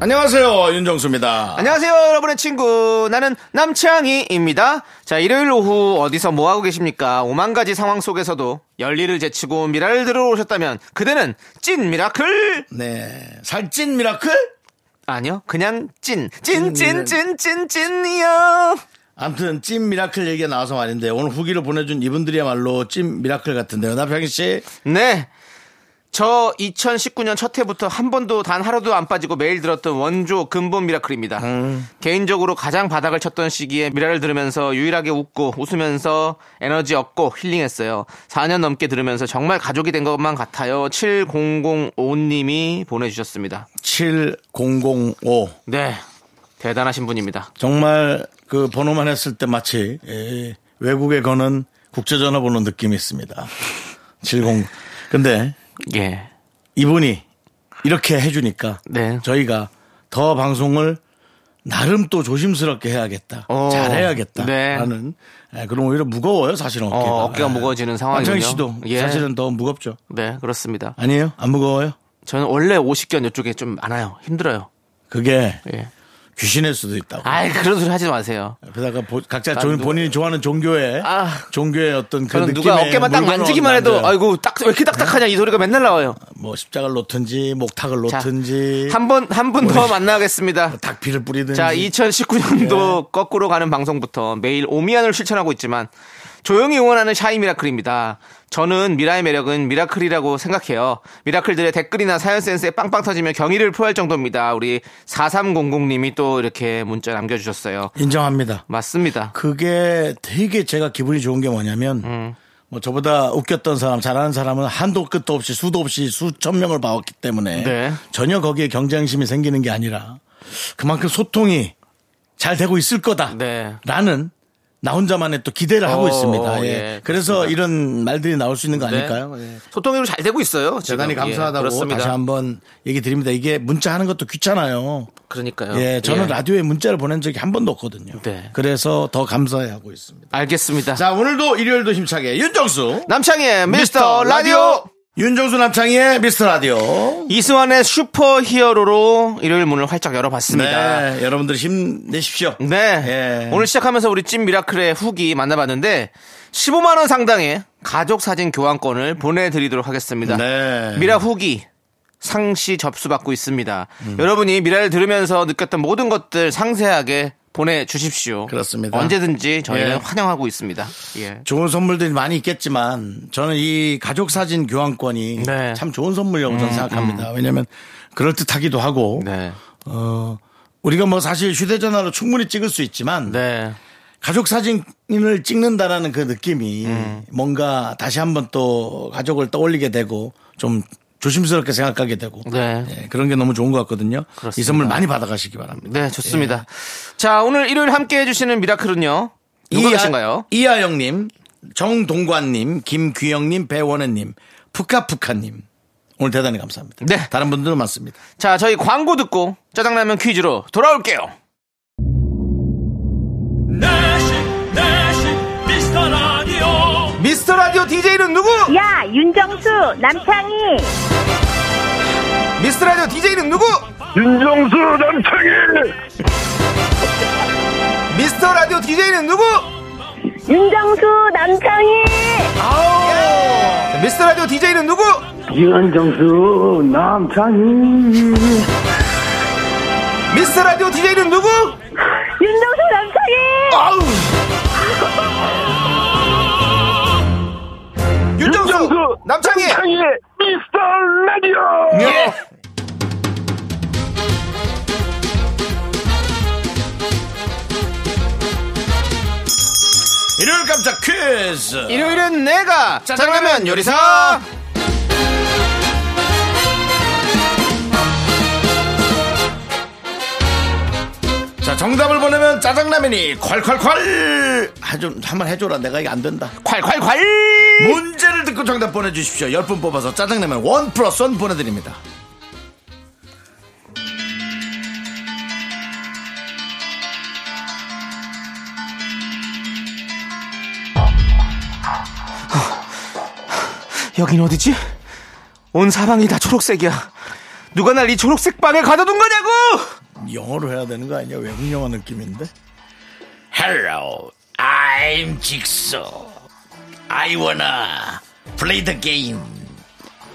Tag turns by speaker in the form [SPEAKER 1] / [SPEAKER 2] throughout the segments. [SPEAKER 1] 안녕하세요 윤정수입니다.
[SPEAKER 2] 안녕하세요, 여러분의 친구. 나는 남창희입니다. 자, 일요일 오후 어디서 뭐하고 계십니까? 오만 가지 상황 속에서도 열리를 제치고 미라를 들어오셨다면 그대는 찐 미라클!
[SPEAKER 1] 네 살찐 미라클
[SPEAKER 2] 아니요, 그냥 찐. 찐, 찐, 찐, 찐, 찐이요.
[SPEAKER 1] 아무튼 찐 미라클 얘기가 나와서 말인데 오늘 후기를 보내준 이분들이야말로 찐 미라클 같은데요. 남평희 씨
[SPEAKER 2] 네. 저 2019년 첫 해부터 한 번도 단 하루도 안 빠지고 매일 들었던 원조 근본 미라클입니다. 개인적으로 가장 바닥을 쳤던 시기에 미라를 들으면서 유일하게 웃고 웃으면서 에너지 얻고 힐링했어요. 4년 넘게 들으면서 정말 가족이 된 것만 같아요. 7005님이 보내주셨습니다.
[SPEAKER 1] 7005
[SPEAKER 2] 네. 대단하신 분입니다.
[SPEAKER 1] 정말 그 번호만 했을 때 마치 예, 외국에 거는 국제전화 보는 느낌이 있습니다. 70 근데
[SPEAKER 2] 예.
[SPEAKER 1] 이분이 이렇게 해주니까
[SPEAKER 2] 네.
[SPEAKER 1] 저희가 더 방송을 나름 또 조심스럽게 해야겠다.
[SPEAKER 2] 어.
[SPEAKER 1] 잘해야겠다.
[SPEAKER 2] 네.
[SPEAKER 1] 라는 예, 그럼 오히려 무거워요 사실은 어깨가.
[SPEAKER 2] 어, 어깨가
[SPEAKER 1] 예.
[SPEAKER 2] 무거워지는 상황이군요.
[SPEAKER 1] 남창희 씨도
[SPEAKER 2] 예.
[SPEAKER 1] 사실은 더 무겁죠.
[SPEAKER 2] 네, 그렇습니다.
[SPEAKER 1] 아니에요? 안 무거워요?
[SPEAKER 2] 저는 원래 50견 이쪽에 좀 많아요. 힘들어요.
[SPEAKER 1] 그게
[SPEAKER 2] 예.
[SPEAKER 1] 귀신일 수도 있다고.
[SPEAKER 2] 아이, 그런 소리 하지 마세요.
[SPEAKER 1] 그러다가 보- 각자
[SPEAKER 2] 난
[SPEAKER 1] 조-
[SPEAKER 2] 누가-
[SPEAKER 1] 본인이 좋아하는 종교의
[SPEAKER 2] 아.
[SPEAKER 1] 종교의 어떤 그
[SPEAKER 2] 저는
[SPEAKER 1] 느낌
[SPEAKER 2] 누가 어깨만 딱 만지기만 해도 아이고 딱 왜 이렇게 딱딱하냐 이 소리가 맨날 나와요.
[SPEAKER 1] 뭐 십자가를 놓든지 목탁을 놓든지
[SPEAKER 2] 한 번 한 분 더 만나겠습니다.
[SPEAKER 1] 닭피를 뿌리든지
[SPEAKER 2] 자, 2019년도 거꾸로 가는 방송부터 매일 오미안을 실천하고 있지만 조용히 응원하는 샤이 미라클입니다. 저는 미라의 매력은 미라클이라고 생각해요. 미라클들의 댓글이나 사연 센스에 빵빵 터지며 경의를 표할 정도입니다. 우리 4300님이 또 이렇게 문자 남겨주셨어요.
[SPEAKER 1] 인정합니다.
[SPEAKER 2] 맞습니다.
[SPEAKER 1] 그게 되게 제가 기분이 좋은 게 뭐냐면 뭐 저보다 웃겼던 사람 잘하는 사람은 한도 끝도 없이 수도 없이 수천 명을 봐왔기 때문에
[SPEAKER 2] 네.
[SPEAKER 1] 전혀 거기에 경쟁심이 생기는 게 아니라 그만큼 소통이 잘 되고 있을
[SPEAKER 2] 네.
[SPEAKER 1] 거다라는 나 혼자만의 또 기대를 하고
[SPEAKER 2] 어,
[SPEAKER 1] 있습니다. 예.
[SPEAKER 2] 예,
[SPEAKER 1] 그래서 이런 말들이 나올 수 있는 거
[SPEAKER 2] 네.
[SPEAKER 1] 아닐까요? 예.
[SPEAKER 2] 소통이 잘 되고 있어요. 지금.
[SPEAKER 1] 대단히
[SPEAKER 2] 예,
[SPEAKER 1] 감사하다고
[SPEAKER 2] 그렇습니다.
[SPEAKER 1] 다시 한번 얘기 드립니다. 이게 문자 하는 것도 귀찮아요.
[SPEAKER 2] 그러니까요.
[SPEAKER 1] 예, 저는
[SPEAKER 2] 예.
[SPEAKER 1] 라디오에 문자를 보낸 적이 한 번도 없거든요.
[SPEAKER 2] 네.
[SPEAKER 1] 그래서 더 감사해 하고 있습니다.
[SPEAKER 2] 알겠습니다.
[SPEAKER 1] 자, 오늘도 일요일도 힘차게 윤정수.
[SPEAKER 2] 남창희의 미스터 라디오
[SPEAKER 1] 윤정수 남창희의 미스터 라디오.
[SPEAKER 2] 이수환의 슈퍼 히어로로 일요일 문을 활짝 열어봤습니다. 네.
[SPEAKER 1] 네, 여러분들 힘내십시오. 예.
[SPEAKER 2] 오늘 시작하면서 우리 찐 미라클의 후기 만나봤는데 15만원 상당의 가족 사진 교환권을 보내드리도록 하겠습니다.
[SPEAKER 1] 네.
[SPEAKER 2] 미라 후기 상시 접수받고 있습니다.
[SPEAKER 1] 음.
[SPEAKER 2] 여러분이 미라를 들으면서 느꼈던 모든 것들 상세하게 보내주십시오.
[SPEAKER 1] 그렇습니다.
[SPEAKER 2] 언제든지 저희는
[SPEAKER 1] 예.
[SPEAKER 2] 환영하고 있습니다. 예.
[SPEAKER 1] 좋은 선물들이 많이 있겠지만 저는 이 가족 사진 교환권이
[SPEAKER 2] 네. 음.
[SPEAKER 1] 참 좋은 선물이라고 저는 생각합니다. 왜냐면 그럴 듯하기도 하고
[SPEAKER 2] 네.
[SPEAKER 1] 어 우리가 뭐 사실 휴대전화로 충분히 찍을 수 있지만
[SPEAKER 2] 네.
[SPEAKER 1] 가족 사진을 찍는다라는 그 느낌이
[SPEAKER 2] 음.
[SPEAKER 1] 뭔가 다시 한번 또 가족을 떠올리게 되고 좀 조심스럽게 생각하게 되고
[SPEAKER 2] 네.
[SPEAKER 1] 예, 그런 게 너무 좋은 것 같거든요.
[SPEAKER 2] 그렇습니다.
[SPEAKER 1] 이 선물 많이 받아가시기 바랍니다.
[SPEAKER 2] 네, 좋습니다. 자, 오늘 일요일 함께 해주시는 미라클은요. 네. 누가 계신가요?
[SPEAKER 1] 이하, 이하영님, 정동관님, 김귀영님, 배원혜님, 푸카푸카님. 오늘 대단히 감사합니다.
[SPEAKER 2] 네.
[SPEAKER 1] 다른 분들도 많습니다.
[SPEAKER 2] 자, 저희 광고 듣고 짜장라면 퀴즈로 돌아올게요.
[SPEAKER 3] 내시 내시 미스터 라디오
[SPEAKER 2] 미스터 라디오 DJ는 누구?
[SPEAKER 4] 야, 윤정수, 남창희.
[SPEAKER 2] 미스터 라디오 DJ는 누구?
[SPEAKER 5] 윤정수 남창희
[SPEAKER 2] 미스터 라디오 DJ는 누구?
[SPEAKER 4] 윤정수, 남창희.
[SPEAKER 2] 자, 미스터 라디오 DJ는 누구?
[SPEAKER 5] 윤정수 남창희
[SPEAKER 2] 미스터 라디오 DJ는 누구?
[SPEAKER 4] 윤정수, 남창희.
[SPEAKER 2] 아우! 윤정수! 남창희!
[SPEAKER 5] 남창희의 미스터 라디오
[SPEAKER 2] 예.
[SPEAKER 1] 일요일 깜짝 퀴즈!
[SPEAKER 2] 일요일은 내가 짜장라면 요리사!
[SPEAKER 1] 정답을 보내면 짜장라면이 콸콸콸! 아, 좀, 한번 해줘라. 내가 이게 안 된다.
[SPEAKER 2] 콸콸콸!
[SPEAKER 1] 문제를 듣고 정답 보내주십시오. 10분 뽑아서 짜장라면 원 플러스 원 보내드립니다.
[SPEAKER 2] 여긴 어디지? 온 사방이 다 초록색이야. 누가 날 이 초록색 방에 가둬둔 거냐고!
[SPEAKER 1] 영어로 해야 되는 거 아니야? 외국 영화 느낌인데?
[SPEAKER 6] Hello, I'm Jigsaw. I wanna play the game.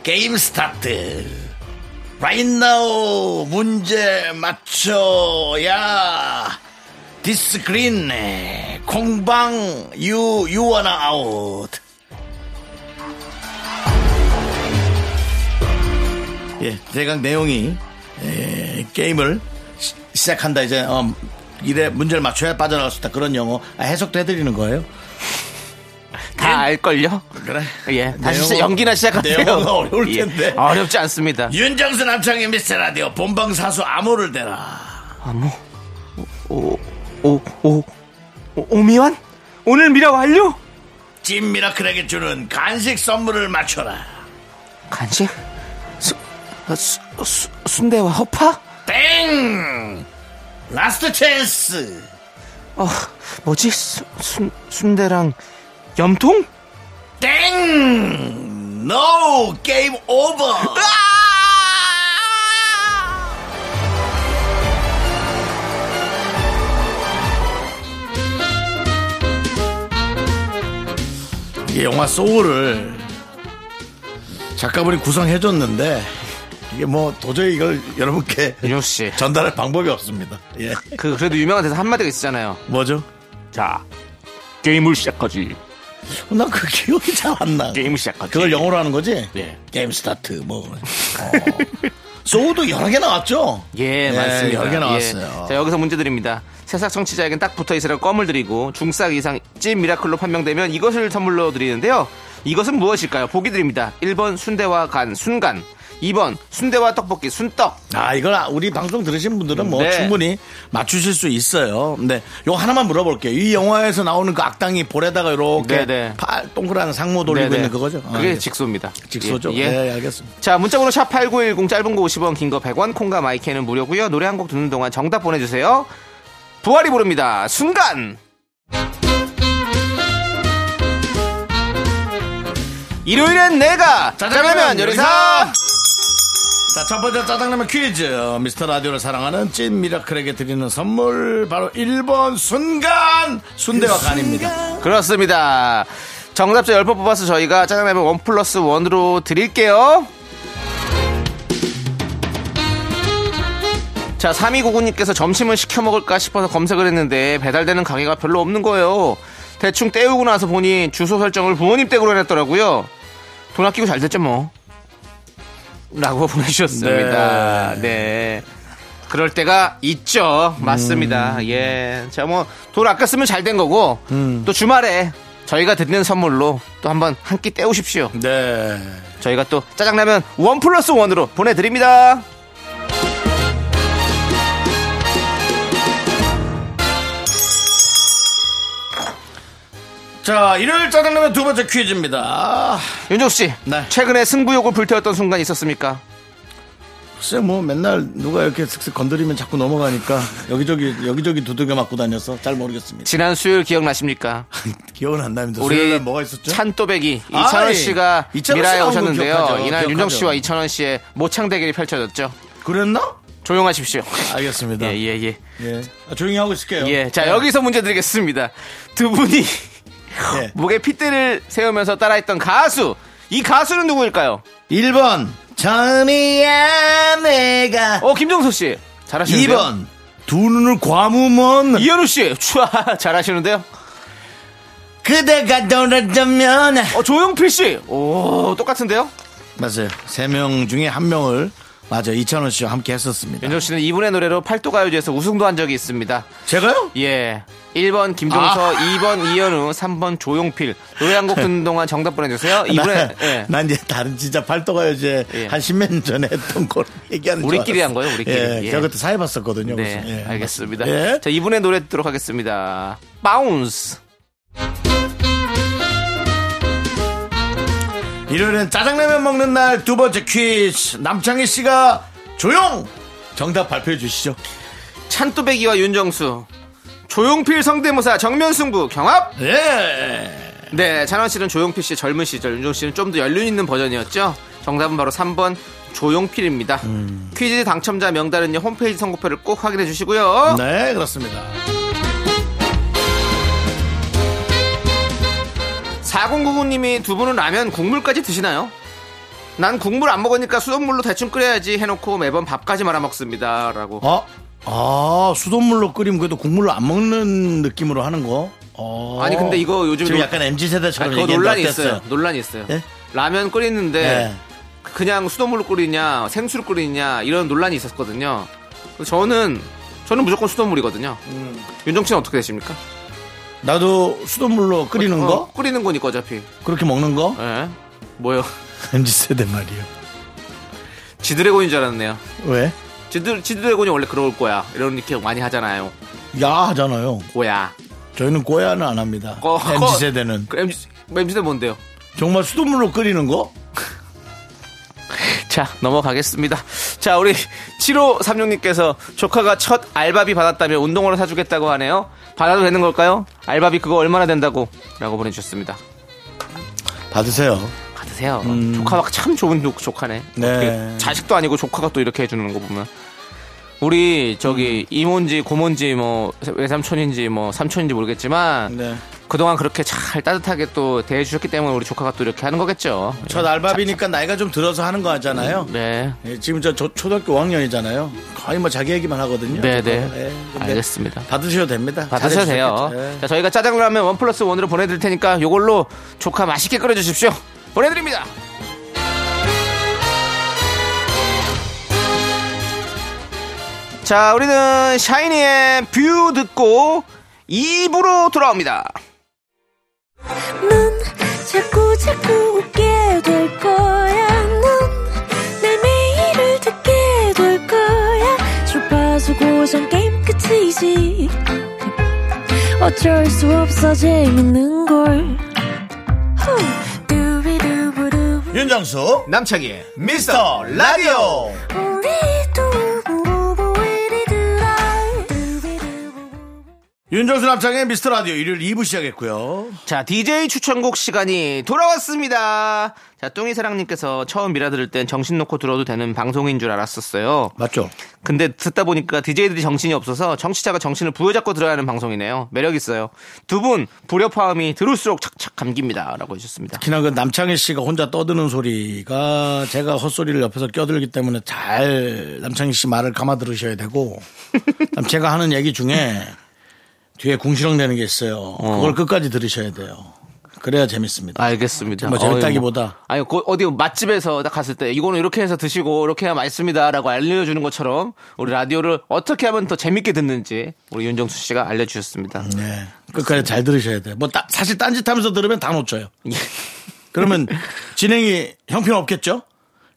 [SPEAKER 6] Game start.
[SPEAKER 1] Right now, 문제 맞춰야. This green, 공방, you, you wanna out. 예, 대강 내용이, 예, 게임을 시, 시작한다. 이제, 어, 일에 문제를 맞춰야 빠져나갈 수 있다. 그런 영어. 아, 해석도 해드리는 거예요.
[SPEAKER 2] 다 알걸요?
[SPEAKER 1] 그래.
[SPEAKER 2] 예. 다시
[SPEAKER 1] 내용은-
[SPEAKER 2] 시작- 연기나 시작하세요.
[SPEAKER 1] 내용은 어려울
[SPEAKER 2] 예.
[SPEAKER 1] 텐데.
[SPEAKER 2] 어렵지 않습니다.
[SPEAKER 1] 윤정수 남창의 미스터 라디오 본방사수 암호를 대라.
[SPEAKER 2] 오, 오, 오, 오, 오미완? 오늘 미라 완료?
[SPEAKER 1] 찐 미라클에게 주는 간식 선물을 맞춰라.
[SPEAKER 2] 간식? 수, 어, 수, 수, 순대와 허파?
[SPEAKER 1] 땡! 라스트 찬스!
[SPEAKER 2] 어, 뭐지? 수, 순, 순대랑 염통?
[SPEAKER 1] 땡! 노! 게임 오버! 이게 영화 소울을 작가분이 구성해줬는데 이게 뭐 도저히 이걸 여러분께
[SPEAKER 2] 윤정씨.
[SPEAKER 1] 전달할 방법이 없습니다. 예.
[SPEAKER 2] 그, 그래도 유명한 데서 한마디가 있잖아요.
[SPEAKER 1] 뭐죠?
[SPEAKER 2] 자, 게임을 시작하지.
[SPEAKER 1] 난 그 기억이 잘 안 나.
[SPEAKER 2] 게임을 시작하지.
[SPEAKER 1] 그걸 영어로 하는 거지?
[SPEAKER 2] 예.
[SPEAKER 1] 게임 스타트 뭐. 어. 소우도 여러 개 나왔죠? 네,
[SPEAKER 2] 예, 맞습니다.
[SPEAKER 1] 여러 개
[SPEAKER 2] 예.
[SPEAKER 1] 나왔어요.
[SPEAKER 2] 자, 여기서 문제 드립니다. 새싹 청취자에겐 딱 붙어 있으라 껌을 드리고 중싹 이상 찐 미라클로 판명되면 이것을 선물로 드리는데요. 이것은 무엇일까요? 보기 드립니다. 1번 순대와 간, 순간. 2번 순대와 떡볶이, 순떡.
[SPEAKER 1] 아, 이걸 아- 우리 방송 들으신 분들은 뭐
[SPEAKER 2] 네.
[SPEAKER 1] 충분히 맞추실 수 있어요. 근데 요 하나만 물어볼게요. 이 영화에서 나오는 그 악당이 볼에다가 이렇게
[SPEAKER 2] 네, 네.
[SPEAKER 1] 팔 동그란 상모 돌리고
[SPEAKER 2] 네네.
[SPEAKER 1] 있는 그거죠? 아,
[SPEAKER 2] 그게
[SPEAKER 1] 예.
[SPEAKER 2] 직소입니다.
[SPEAKER 1] 직소죠?
[SPEAKER 2] 예, 예.
[SPEAKER 1] 네, 알겠습니다.
[SPEAKER 2] 자, 문자번호 샵8910 짧은 거 50원, 긴 거 100원, 콩과 마이크는 무료고요. 노래 한 곡 듣는 동안 정답 보내 주세요. 부활이 부릅니다. 순간. 일요일엔 내가 짜장라면 요리사
[SPEAKER 1] 자, 첫 번째 짜장라면 퀴즈. 미스터 라디오를 사랑하는 찐 미라클에게 드리는 선물 바로 1번 순간 순대와 간입니다.
[SPEAKER 2] 그렇습니다. 정답자 10번 뽑아서 저희가 짜장라면 원 플러스 원으로 드릴게요. 자, 3299님께서 점심을 시켜 먹을까 싶어서 검색을 했는데 배달되는 가게가 별로 없는 거예요. 대충 때우고 나서 보니 주소 설정을 부모님 댁으로 해놨더라고요. 돈 아끼고 잘 됐죠, 뭐. 라고 보내주셨습니다. 네. 그럴 때가 있죠. 맞습니다. 예. 자, 뭐, 돈 아꼈으면 잘 된 거고, 또 주말에 저희가 드리는 선물로 또 한번 한 끼 때우십시오.
[SPEAKER 1] 네.
[SPEAKER 2] 저희가 또 짜장라면 원 플러스 원으로 보내드립니다.
[SPEAKER 1] 자, 일요일 짜장라면 두 번째 퀴즈입니다.
[SPEAKER 2] 윤정수 씨,
[SPEAKER 1] 네.
[SPEAKER 2] 최근에 승부욕을 불태웠던 순간 있었습니까?
[SPEAKER 1] 글쎄, 뭐 맨날 누가 이렇게 슥슥 건드리면 자꾸 넘어가니까 여기저기, 여기저기 두들겨 맞고 다녀서 잘 모르겠습니다.
[SPEAKER 2] 지난 수요일 기억나십니까?
[SPEAKER 1] 기억은 안 납니다.
[SPEAKER 2] 우리
[SPEAKER 1] 수요일날 뭐가 있었죠?
[SPEAKER 2] 찬또배기
[SPEAKER 1] 아이,
[SPEAKER 2] 이찬원 씨가
[SPEAKER 1] 이찬원
[SPEAKER 2] 미라에
[SPEAKER 1] 씨 나오는 거
[SPEAKER 2] 오셨는데요.
[SPEAKER 1] 기억하죠.
[SPEAKER 2] 이날
[SPEAKER 1] 기억하죠.
[SPEAKER 2] 윤정수 씨와 이찬원 씨의 모창 대결이 펼쳐졌죠.
[SPEAKER 1] 그랬나?
[SPEAKER 2] 조용하십시오.
[SPEAKER 1] 알겠습니다. 예,
[SPEAKER 2] 예예예. 예,
[SPEAKER 1] 아, 조용히 하고 있을게요.
[SPEAKER 2] 예. 자 여기서 문제 드리겠습니다. 두 분이
[SPEAKER 1] 예.
[SPEAKER 2] 목에 핏대를 세우면서 따라했던 가수. 이 가수는 누구일까요?
[SPEAKER 1] 1번, 전이야, 내가.
[SPEAKER 2] 어 김종서 씨 잘하시는데요.
[SPEAKER 1] 2번, 두 눈을 과무먼
[SPEAKER 2] 이현우 씨 추아 잘하시는데요.
[SPEAKER 1] 그대가 돌아다면.
[SPEAKER 2] 어 조용필 씨. 오 똑같은데요.
[SPEAKER 1] 맞아요. 세 명 중에 한 명을 맞아 이찬원 씨와 함께 했었습니다.
[SPEAKER 2] 윤정 씨는 이분의 노래로 팔도가요제에서 우승도 한 적이 있습니다.
[SPEAKER 1] 제가요?
[SPEAKER 2] 예. 1번 김종서,
[SPEAKER 1] 아.
[SPEAKER 2] 2번 이현우, 3번 조용필. 노래 한 곡 듣는 동안 정답
[SPEAKER 1] 아,
[SPEAKER 2] 보내주세요. 이분의
[SPEAKER 1] 난,
[SPEAKER 2] 예.
[SPEAKER 1] 난 이제 다른 진짜 팔도가 이제
[SPEAKER 2] 예.
[SPEAKER 1] 한 십몇 년 전에 했던 걸 얘기하는 줄
[SPEAKER 2] 우리끼리
[SPEAKER 1] 알았어요.
[SPEAKER 2] 한 거예요, 우리끼리.
[SPEAKER 1] 예,
[SPEAKER 2] 예.
[SPEAKER 1] 제가 그때 사회 봤었거든요.
[SPEAKER 2] 네,
[SPEAKER 1] 그래서. 예,
[SPEAKER 2] 알겠습니다.
[SPEAKER 1] 예.
[SPEAKER 2] 자, 이분의 노래 듣도록 하겠습니다. 바운스.
[SPEAKER 1] 일요일엔 짜장라면 먹는 날 두 번째 퀴즈 남창희 씨가 조용 정답 발표해 주시죠.
[SPEAKER 2] 찬또배기와 윤정수. 조용필 성대모사 정면 승부 경합.
[SPEAKER 1] 예.
[SPEAKER 2] 네, 찬원 씨는 조용필 씨의 젊은 시절, 윤정 씨는 좀 더 연륜 있는 버전이었죠. 정답은 바로 3번 조용필입니다.
[SPEAKER 1] 음.
[SPEAKER 2] 퀴즈 당첨자 명단은요 홈페이지 선고표를 꼭 확인해 주시고요.
[SPEAKER 1] 네 그렇습니다.
[SPEAKER 2] 4099님이 두 분은 라면 국물까지 드시나요? 난 국물 안 먹으니까 수돗물로 대충 끓여야지 해놓고 매번 밥까지 말아 먹습니다. 라고.
[SPEAKER 1] 어? 아 수돗물로 끓이면 그래도 국물로 안 먹는 느낌으로 하는 거? 어.
[SPEAKER 2] 아니, 근데 이거 요즘
[SPEAKER 1] 지금
[SPEAKER 2] 노-
[SPEAKER 1] 약간 mz
[SPEAKER 2] 아,
[SPEAKER 1] 세대처럼
[SPEAKER 2] 그거
[SPEAKER 1] 얘기했는데
[SPEAKER 2] 논란이
[SPEAKER 1] 어땠어요?
[SPEAKER 2] 있어요. 네. 논란이 있어요.
[SPEAKER 1] 예?
[SPEAKER 2] 라면 끓이는데
[SPEAKER 1] 예.
[SPEAKER 2] 그냥 수돗물로 끓이냐 생수로 끓이냐 이런 논란이 있었거든요. 그래서 저는 저는 무조건 수돗물이거든요. 윤정 씨는 어떻게 되십니까?
[SPEAKER 1] 나도 수돗물로 끓이는
[SPEAKER 2] 어,
[SPEAKER 1] 거
[SPEAKER 2] 끓이는 거니까 어차피.
[SPEAKER 1] 그렇게 먹는 거
[SPEAKER 2] 예. 뭐요?
[SPEAKER 1] mz 세대 말이요.
[SPEAKER 2] 지드래곤인 줄 알았네요.
[SPEAKER 1] 왜?
[SPEAKER 2] 지드 지드래곤이 원래 그럴 거야. 이런 이렇게 많이 하잖아요.
[SPEAKER 1] 야 하잖아요.
[SPEAKER 2] 고야.
[SPEAKER 1] 저희는 꼬야는 안 합니다.
[SPEAKER 2] 거-
[SPEAKER 1] mz 세대는
[SPEAKER 2] 그 MZ MZ는 뭔데요?
[SPEAKER 1] 정말 수돗물로 끓이는 거?
[SPEAKER 2] 자, 넘어가겠습니다. 자, 우리 7536님께서 조카가 첫 알바비 받았다며 운동화를 사주겠다고 하네요. 받아도 되는 걸까요? 알바비 그거 얼마나 된다고? 라고 보내주셨습니다.
[SPEAKER 1] 받으세요.
[SPEAKER 2] 받으세요. 조카가 참 좋은 조- 음. 조카네.
[SPEAKER 1] 네.
[SPEAKER 2] 어떻게 자식도 아니고 조카가 또 이렇게 해주는 거 보면. 우리 저기 이모인지 고모인지 뭐 외삼촌인지 뭐 삼촌인지 모르겠지만
[SPEAKER 1] 네.
[SPEAKER 2] 그동안 그렇게 잘 따뜻하게 또 대해주셨기 때문에 우리 조카가 또 이렇게 하는 거겠죠.
[SPEAKER 1] 첫 알바비니까 나이가 좀 들어서 하는 거잖아요.
[SPEAKER 2] 네.
[SPEAKER 1] 예, 지금 저 초- 초등학교 5학년이잖아요. 거의 뭐 자기 얘기만 하거든요.
[SPEAKER 2] 네, 네.
[SPEAKER 1] 예, 근데
[SPEAKER 2] 알겠습니다.
[SPEAKER 1] 받으셔도 됩니다.
[SPEAKER 2] 받으셔도 돼요.
[SPEAKER 1] 잘해주셨겠죠. 예.
[SPEAKER 2] 자, 저희가 짜장라면 원 플러스 원으로 보내드릴 테니까 요걸로 조카 맛있게 끓여주십시오. 보내드립니다. 자, 우리는 샤이니의 뷰 듣고 2부로 돌아옵니다.
[SPEAKER 7] 넌 자꾸 자꾸 웃게 될 거야. 넌내 매일을 듣게 될 거야. 주파수 고정 게임 끝이지. 어쩔 수 없어 재밌는 걸. 후. 두비두부두부.
[SPEAKER 1] 윤정수
[SPEAKER 2] 남창희의
[SPEAKER 1] 미스터 라디오
[SPEAKER 7] 우리 두부부부 우리 두라. 두비두부부.
[SPEAKER 1] 윤정수 남창의 미스터 라디오 일요일 2부 시작했고요.
[SPEAKER 2] 자, DJ 추천곡 시간이 돌아왔습니다. 자, 뚱이사랑님께서 처음 미라 들을 땐 정신 놓고 들어도 되는 방송인 줄 알았었어요.
[SPEAKER 1] 맞죠?
[SPEAKER 2] 근데 듣다 보니까 DJ들이 정신이 없어서 정치자가 정신을 부여잡고 들어야 하는 방송이네요. 매력 있어요. 두 분 불협화음이 들을수록 착착 감깁니다라고 해주셨습니다.
[SPEAKER 1] 특히나 그 남창희 씨가 혼자 떠드는 소리가 제가 헛소리를 옆에서 껴들기 때문에 잘 남창희 씨 말을 감아 들으셔야 되고 그다음 제가 하는 얘기 중에 뒤에 궁시렁대는 게 있어요. 그걸 끝까지 들으셔야 돼요. 그래야
[SPEAKER 2] 아,
[SPEAKER 1] 재밌습니다.
[SPEAKER 2] 알겠습니다.
[SPEAKER 1] 뭐 재밌다기보다.
[SPEAKER 2] 아니 뭐, 아니, 그 어디 맛집에서 딱 갔을 때 이거는 이렇게 해서 드시고 이렇게 해야 맛있습니다라고 알려주는 것처럼 우리 라디오를 어떻게 하면 더 재밌게 듣는지 우리 윤정수 씨가 알려주셨습니다.
[SPEAKER 1] 네. 끝까지 잘 들으셔야 돼요. 뭐 따- 사실 딴짓 하면서 들으면 다 놓쳐요. 그러면 진행이 형편없겠죠?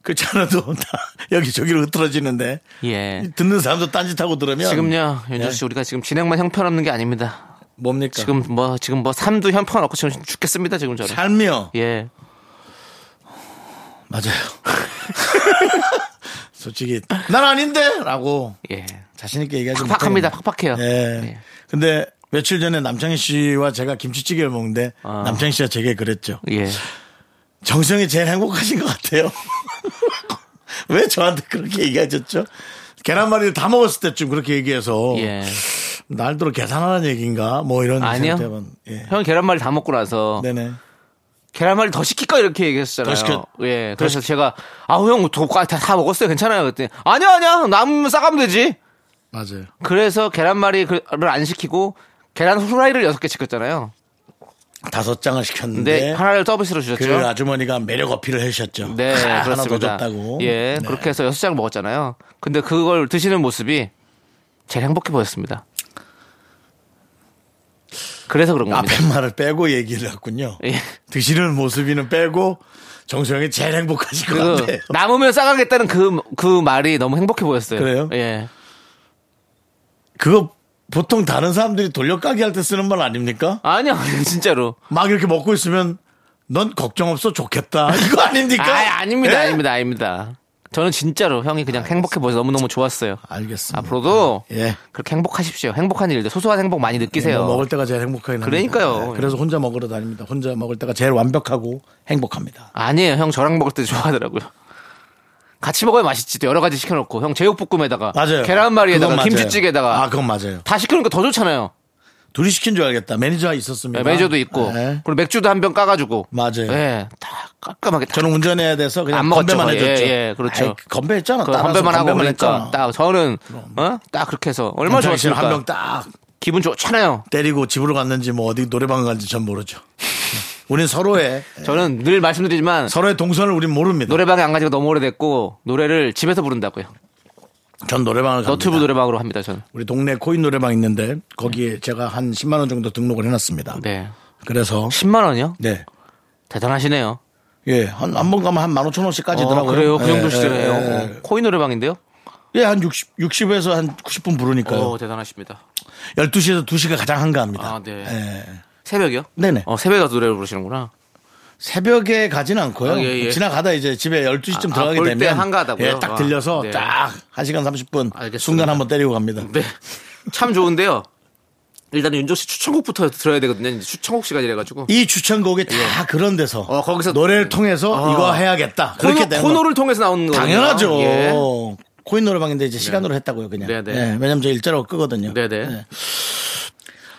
[SPEAKER 1] 그렇지 않아도 다 여기저기로 흐트러지는데
[SPEAKER 2] 예.
[SPEAKER 1] 듣는 사람도 딴짓하고 들으면 예.
[SPEAKER 2] 지금요
[SPEAKER 1] 네.
[SPEAKER 2] 윤정수 씨 우리가 지금 진행만 형편없는 게 아닙니다.
[SPEAKER 1] 뭡니까?
[SPEAKER 2] 지금 뭐 지금 뭐 삶도 형편없고 지금 죽겠습니다 지금 저는.
[SPEAKER 1] 삶이요.
[SPEAKER 2] 예.
[SPEAKER 1] 맞아요. 솔직히 난 아닌데라고
[SPEAKER 2] 예.
[SPEAKER 1] 자신 있게 얘기하지
[SPEAKER 2] 팍팍합니다.
[SPEAKER 1] 못해요.
[SPEAKER 2] 팍팍해요.
[SPEAKER 1] 예.
[SPEAKER 2] 예.
[SPEAKER 1] 근데 며칠 전에 남창희 씨와 제가 김치찌개를 먹는데
[SPEAKER 2] 아.
[SPEAKER 1] 남창희 씨가 제게 그랬죠.
[SPEAKER 2] 예.
[SPEAKER 1] 정성이 제일 행복하신 것 같아요. 왜 저한테 그렇게 얘기하셨죠? 계란말이를 다 먹었을 때쯤 그렇게 얘기해서
[SPEAKER 2] 예.
[SPEAKER 1] 날도로 계산하는 얘기인가 뭐 이런
[SPEAKER 2] 아니요.
[SPEAKER 1] 생각만. 예.
[SPEAKER 2] 형 어. 계란말이 다 먹고 나서
[SPEAKER 1] 네네.
[SPEAKER 2] 계란말이 더 시킬까 이렇게 얘기했었잖아요.
[SPEAKER 1] 더 시켜-
[SPEAKER 2] 예. 그래서 제가 아우 형다다 다 먹었어요. 괜찮아요. 그랬더니 아니야 아니야 남으면 싸가면 되지. 그,
[SPEAKER 1] 맞아요.
[SPEAKER 2] 그래서 계란말이를 안 시키고 계란 후라이를 여섯 개 시켰잖아요.
[SPEAKER 1] 다섯 장을 시켰는데
[SPEAKER 2] 네, 하나를 서비스로
[SPEAKER 1] 그
[SPEAKER 2] 주셨죠.
[SPEAKER 1] 아주머니가 매력 어필을 해주셨죠.
[SPEAKER 2] 그렇죠? 네,
[SPEAKER 1] 하,
[SPEAKER 2] 그렇습니다.
[SPEAKER 1] 하나 더 줬다고.
[SPEAKER 2] 예,
[SPEAKER 1] 네.
[SPEAKER 2] 그렇게 해서 여섯 장 먹었잖아요. 근데 그걸 드시는 모습이 제일 행복해 보였습니다. 그래서 그런 겁니다.
[SPEAKER 1] 앞에 뭐 말을 빼고 얘기를 했군요.
[SPEAKER 2] 예.
[SPEAKER 1] 드시는 모습이는 빼고 정수영이 제일 행복하실 것
[SPEAKER 2] 그
[SPEAKER 1] 같아요.
[SPEAKER 2] 남으면 싸가겠다는 그, 그 말이 너무 행복해 보였어요.
[SPEAKER 1] 그래요?
[SPEAKER 2] 예.
[SPEAKER 1] 그거 보통 다른 사람들이 돌려가기 할 때 쓰는 말 아닙니까?
[SPEAKER 2] 아니요, 진짜로.
[SPEAKER 1] 막 이렇게 먹고 있으면 넌 걱정 없어 좋겠다. 이거 아닙니까?
[SPEAKER 2] 아, 아닙니다,
[SPEAKER 1] 예?
[SPEAKER 2] 아닙니다, 아닙니다. 저는 진짜로 형이 그냥 행복해 보여서 너무너무 좋았어요.
[SPEAKER 1] 알겠습니다.
[SPEAKER 2] 앞으로도
[SPEAKER 1] 아, 예.
[SPEAKER 2] 그렇게 행복하십시오. 행복한 일들, 소소한 행복 많이 느끼세요.
[SPEAKER 1] 뭐 먹을 때가 제일 행복하긴 합니다.
[SPEAKER 2] 그러니까요.
[SPEAKER 1] 네, 그래서 혼자 먹으러 다닙니다. 혼자 먹을 때가 제일 완벽하고 행복합니다.
[SPEAKER 2] 아니에요. 형 저랑 먹을 때 좋아하더라고요. 같이 먹어야 맛있지. 또 여러 가지 시켜놓고. 형 제육볶음에다가.
[SPEAKER 1] 맞아요. 그건
[SPEAKER 2] 계란말이에다가.
[SPEAKER 1] 맞아요.
[SPEAKER 2] 김치찌개에다가.
[SPEAKER 1] 아, 그건 맞아요.
[SPEAKER 2] 다 시켜놓으니까 더 좋잖아요.
[SPEAKER 1] 둘이 시킨 줄 알겠다. 매니저가 있었습니다.
[SPEAKER 2] 네, 매저도 있고.
[SPEAKER 1] 네.
[SPEAKER 2] 그리고 맥주도 한 병 까가지고.
[SPEAKER 1] 예, 맞아요.
[SPEAKER 2] 예. 다 깔끔하게 다.
[SPEAKER 1] 저는 운전해야 돼서 그냥
[SPEAKER 2] 안 먹었죠.
[SPEAKER 1] 건배만 해줬죠.
[SPEAKER 2] 예, 예, 그렇죠.
[SPEAKER 1] 아이, 건배했잖아.
[SPEAKER 2] 그
[SPEAKER 1] 따라서
[SPEAKER 2] 건배만 하고
[SPEAKER 1] 건배만
[SPEAKER 2] 그러니까
[SPEAKER 1] 했잖아.
[SPEAKER 2] 딱 저는 어? 딱 그렇게 해서 얼마나
[SPEAKER 1] 남창희 씨는
[SPEAKER 2] 좋았습니까?
[SPEAKER 1] 한명 딱
[SPEAKER 2] 기분 좋잖아요.
[SPEAKER 1] 때리고 집으로 갔는지 뭐 어디 노래방 갔는지 전 모르죠. 우린 서로의
[SPEAKER 2] 저는 늘 말씀드리지만
[SPEAKER 1] 네. 서로의 동선을 우린 모릅니다.
[SPEAKER 2] 노래방에 안 가지고 너무 오래됐고 노래를 집에서 부른다고요.
[SPEAKER 1] 전 노래방을 갑니다.
[SPEAKER 2] 너튜브 노래방으로 합니다. 저는.
[SPEAKER 1] 우리 동네 코인 노래방 있는데 거기에 제가 한 10만 원 정도 등록을 해놨습니다.
[SPEAKER 2] 네.
[SPEAKER 1] 그래서
[SPEAKER 2] 10만 원이요?
[SPEAKER 1] 네.
[SPEAKER 2] 대단하시네요.
[SPEAKER 1] 예, 한, 한 번 가면 한 15,000원씩까지더라고요.
[SPEAKER 2] 어, 그래요. 그 정도 시대네요. 어, 코인 노래방인데요.
[SPEAKER 1] 예, 한 60, 60에서 한 90분 부르니까요.
[SPEAKER 2] 오, 대단하십니다.
[SPEAKER 1] 12시에서 2시가 가장 한가합니다.
[SPEAKER 2] 아, 네.
[SPEAKER 1] 예.
[SPEAKER 2] 새벽이요?
[SPEAKER 1] 네네.
[SPEAKER 2] 어, 새벽에 가서 노래를 부르시는구나.
[SPEAKER 1] 새벽에 가진 않고요.
[SPEAKER 2] 아, 예, 예.
[SPEAKER 1] 지나가다 이제 집에 12시쯤
[SPEAKER 2] 아,
[SPEAKER 1] 들어가게
[SPEAKER 2] 아, 볼때
[SPEAKER 1] 되면
[SPEAKER 2] 한가하다고요?
[SPEAKER 1] 예, 딱 들려서
[SPEAKER 2] 아, 네.
[SPEAKER 1] 딱 1시간 30분
[SPEAKER 2] 알겠습니다.
[SPEAKER 1] 순간 한번 때리고 갑니다.
[SPEAKER 2] 네. 참 좋은데요. 일단 윤종 씨 추천곡부터 들어야 되거든요. 이제 추천곡 시간이라가지고.
[SPEAKER 1] 이 추천곡이 다 그런 데서
[SPEAKER 2] 어, 거기서- 어.
[SPEAKER 1] 노래를 통해서 이거 해야겠다. 그렇게 되는
[SPEAKER 2] 코너, 를 통해서 나오는 거예요. 네.
[SPEAKER 1] 당연하죠. 코인 노래방인데 이제 시간으로 했다고요, 그냥.
[SPEAKER 2] 네네.
[SPEAKER 1] 예, 왜냐면 저 일자로 끄거든요.
[SPEAKER 2] 네네.
[SPEAKER 1] 예.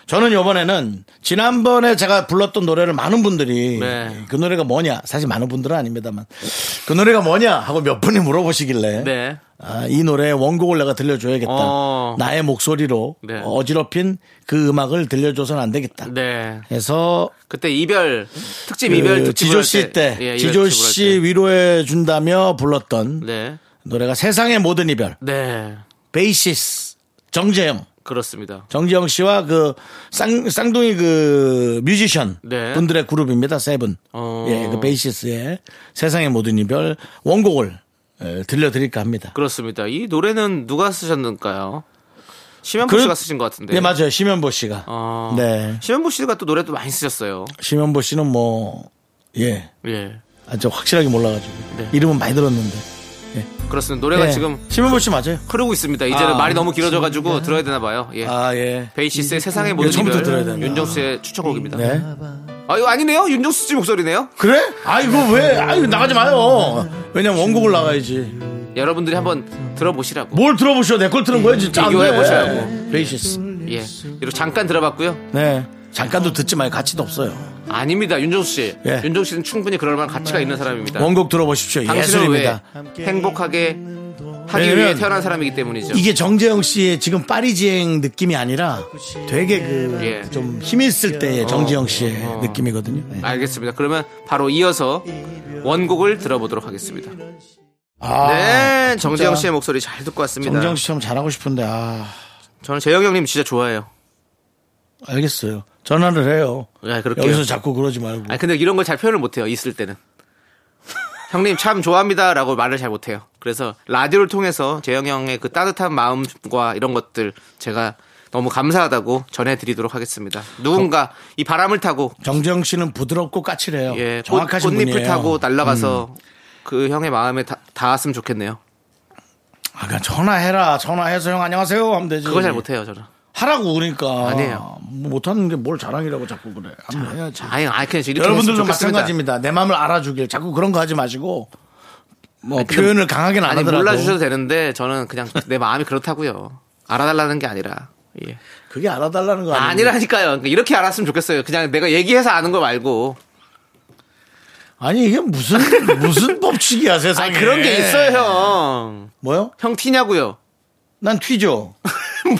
[SPEAKER 1] 저는 요번에는 지난번에 제가 불렀던 노래를 많은 분들이
[SPEAKER 2] 네.
[SPEAKER 1] 그 노래가 뭐냐 사실 많은 분들은 아닙니다만 그 노래가 뭐냐 하고 몇 분이 물어보시길래
[SPEAKER 2] 네.
[SPEAKER 1] 아, 이 노래의 원곡을 내가 들려줘야겠다
[SPEAKER 2] 어.
[SPEAKER 1] 나의 목소리로
[SPEAKER 2] 네.
[SPEAKER 1] 어지럽힌 그 음악을 들려줘서는 안 되겠다
[SPEAKER 2] 네.
[SPEAKER 1] 해서
[SPEAKER 2] 그때 이별 특집 이별
[SPEAKER 1] 그
[SPEAKER 2] 특집
[SPEAKER 1] 지조 씨 때,
[SPEAKER 2] 예,
[SPEAKER 1] 지조 씨 위로해 준다며 불렀던
[SPEAKER 2] 네.
[SPEAKER 1] 노래가 세상의 모든 이별
[SPEAKER 2] 네.
[SPEAKER 1] 베이시스 정재영
[SPEAKER 2] 그렇습니다.
[SPEAKER 1] 정재영 씨와 그 쌍, 쌍둥이 그 뮤지션
[SPEAKER 2] 네.
[SPEAKER 1] 분들의 그룹입니다 세븐
[SPEAKER 2] 어.
[SPEAKER 1] 예 그 베이시스의 세상의 모든 이별 원곡을 에, 들려드릴까 합니다
[SPEAKER 2] 그렇습니다. 이 노래는 누가 쓰셨는가요? 심현보
[SPEAKER 1] 그-
[SPEAKER 2] 씨가 쓰신 것 같은데.
[SPEAKER 1] 네 맞아요 심현보 씨가
[SPEAKER 2] 어.
[SPEAKER 1] 네
[SPEAKER 2] 심현보 씨가 또 노래도 많이 쓰셨어요.
[SPEAKER 1] 심현보 씨는 뭐, 뭐예
[SPEAKER 2] 예.
[SPEAKER 1] 아주 확실하게 몰라가지고
[SPEAKER 2] 네.
[SPEAKER 1] 이름은 많이 들었는데
[SPEAKER 2] 그렇습니다. 노래가
[SPEAKER 1] 예,
[SPEAKER 2] 지금
[SPEAKER 1] 심현보 씨 맞아요
[SPEAKER 2] 흐르고 있습니다. 이제는
[SPEAKER 1] 아, 네.
[SPEAKER 2] 말이 너무 길어져가지고 들어야 되나 봐요. 예.
[SPEAKER 1] 아예
[SPEAKER 2] 베이시스의 세상의 모든
[SPEAKER 1] 처음부터
[SPEAKER 2] 이별
[SPEAKER 1] 들어야 되나?
[SPEAKER 2] 윤정수의 추천곡입니다.
[SPEAKER 1] 네.
[SPEAKER 2] 아 이거 아니네요. 윤정수 씨 목소리네요.
[SPEAKER 1] 그래? 아 이거 왜? 아 이거 나가지 마요. 왜냐면 원곡을 나가야지.
[SPEAKER 2] 여러분들이 한번 들어보시라고.
[SPEAKER 1] 뭘 들어보셔? 내 걸 들은 거야 진짜. 안 돼.
[SPEAKER 2] 비교해보시라고.
[SPEAKER 1] 베이시스.
[SPEAKER 2] 예. 이렇게 잠깐 들어봤고요.
[SPEAKER 1] 네. 잠깐도 듣지 마요. 가치도 없어요.
[SPEAKER 2] 아닙니다. 윤정수 씨.
[SPEAKER 1] 예.
[SPEAKER 2] 윤정수 씨는 충분히 그럴 만한 가치가 있는 사람입니다.
[SPEAKER 1] 네. 원곡 들어보십시오.
[SPEAKER 2] 당신은 왜
[SPEAKER 1] 예술입니다.
[SPEAKER 2] 행복하게 하기
[SPEAKER 1] 왜냐면
[SPEAKER 2] 위해 태어난 사람이기 때문이죠.
[SPEAKER 1] 이게 정재영 씨의 지금 파리지행 느낌이 아니라 되게 그
[SPEAKER 2] 예. 어.
[SPEAKER 1] 좀 힘있을 때의 정재영 씨의 느낌이거든요. 네.
[SPEAKER 2] 알겠습니다. 그러면 바로 이어서 원곡을 들어보도록 하겠습니다.
[SPEAKER 1] 아,
[SPEAKER 2] 네, 정재영
[SPEAKER 1] 진짜.
[SPEAKER 2] 씨의 목소리 잘 듣고 왔습니다.
[SPEAKER 1] 정재영 씨처럼 잘하고 싶은데 아
[SPEAKER 2] 저는 재영 형님 진짜 좋아해요.
[SPEAKER 1] 알겠어요. 전화를 해요.
[SPEAKER 2] 예, 그럴게요.
[SPEAKER 1] 여기서 자꾸 그러지 말고.
[SPEAKER 2] 아니 근데 이런 걸 잘 표현을 못해요. 있을 때는. 형님 참 좋아합니다라고 말을 잘 못해요. 그래서 라디오를 통해서 재영 형의 그 따뜻한 마음과 이런 것들 제가 너무 감사하다고 전해드리도록 하겠습니다. 누군가 이 바람을 타고
[SPEAKER 1] 정재영 씨는 부드럽고 까칠해요.
[SPEAKER 2] 예, 꽃,
[SPEAKER 1] 정확하신
[SPEAKER 2] 꽃잎을
[SPEAKER 1] 분이에요. 음.
[SPEAKER 2] 타고 날아가서 그 형의 마음에 다, 닿았으면 좋겠네요.
[SPEAKER 1] 아까 그러니까 전화해라 전화해서 형 안녕하세요 하면 되지
[SPEAKER 2] 그거 잘 못해요 저는.
[SPEAKER 1] 하라고 그러니까
[SPEAKER 2] 아니에요.
[SPEAKER 1] 뭐 못하는 게 뭘 자랑이라고 자꾸 그래 한번 해야지
[SPEAKER 2] 아니, 아니 그냥 이렇게
[SPEAKER 1] 여러분들도
[SPEAKER 2] 했으면 좋겠습니다.
[SPEAKER 1] 마찬가지입니다 내 마음을 알아주길 자꾸 그런 거 하지 마시고 뭐
[SPEAKER 2] 근데-
[SPEAKER 1] 표현을 강하게는 안
[SPEAKER 2] 아니
[SPEAKER 1] 하더라도
[SPEAKER 2] 몰라주셔도 되는데 저는 그냥 내 마음이 그렇다고요. 알아달라는 게 아니라. 예.
[SPEAKER 1] 그게 알아달라는 거 아니에요
[SPEAKER 2] 아니라니까요. 그러니까 이렇게 알았으면 좋겠어요. 그냥 내가 얘기해서 아는 거 말고.
[SPEAKER 1] 아니 이게 무슨 무슨 법칙이야 세상에
[SPEAKER 2] 아니, 그런 게 있어요, 형.
[SPEAKER 1] 뭐요?
[SPEAKER 2] 형 튀냐고요?
[SPEAKER 1] 난 튀죠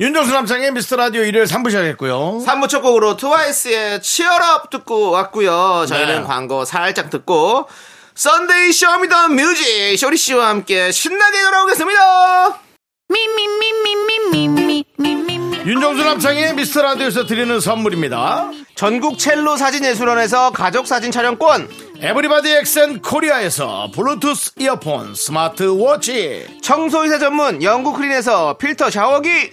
[SPEAKER 1] 윤정수 남창의 미스터 라디오 일요일 3부 시작했고요
[SPEAKER 2] 3부 첫 곡으로 트와이스의 치얼업 듣고 왔고요.
[SPEAKER 1] 네.
[SPEAKER 2] 저희는 광고 살짝 듣고 썬데이 쇼미더 뮤직 쇼리 씨와 함께 신나게 돌아오겠습니다.
[SPEAKER 1] 윤정수 남창의 미스터 라디오에서 드리는 선물입니다
[SPEAKER 2] 전국 첼로 사진예술원에서 가족 사진 촬영권,
[SPEAKER 1] 에브리바디 엑센 코리아에서 블루투스 이어폰 스마트 워치
[SPEAKER 2] 청소이사 전문 영국 크린에서 필터 샤워기,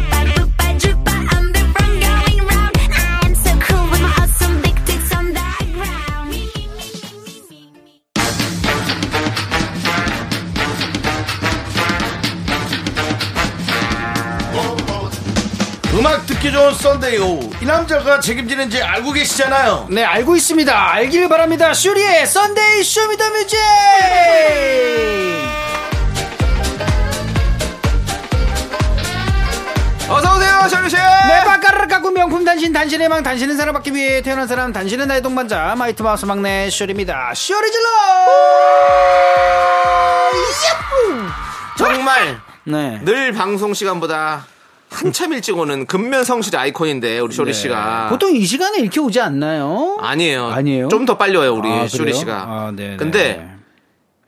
[SPEAKER 1] 음악 듣기 좋은 썬데이 오후 이 남자가 책임지는지 알고 계시잖아요
[SPEAKER 8] 네 알고 있습니다 알기를 바랍니다 슈리의 썬데이 쇼미더뮤직
[SPEAKER 2] 어서오세요, 셔리씨!
[SPEAKER 8] 내 바카를 갖고 명품 단신 단신의 망 단신은 사랑받기 위해 태어난 사람 단신은 나의 동반자 마이트 마우스 막내 슈리입니다 슈리 질러
[SPEAKER 2] 정말
[SPEAKER 8] 네
[SPEAKER 2] 늘 방송 시간보다 한참 일찍 오는 근면 성실 아이콘인데, 우리 셔리씨가.
[SPEAKER 8] 네. 보통 이 시간에 이렇게 오지 않나요?
[SPEAKER 2] 아니에요.
[SPEAKER 8] 아니에요?
[SPEAKER 2] 좀 더 빨리 와요, 우리
[SPEAKER 8] 아, 그래요?
[SPEAKER 2] 셔리씨가.
[SPEAKER 8] 아, 네네.
[SPEAKER 2] 근데,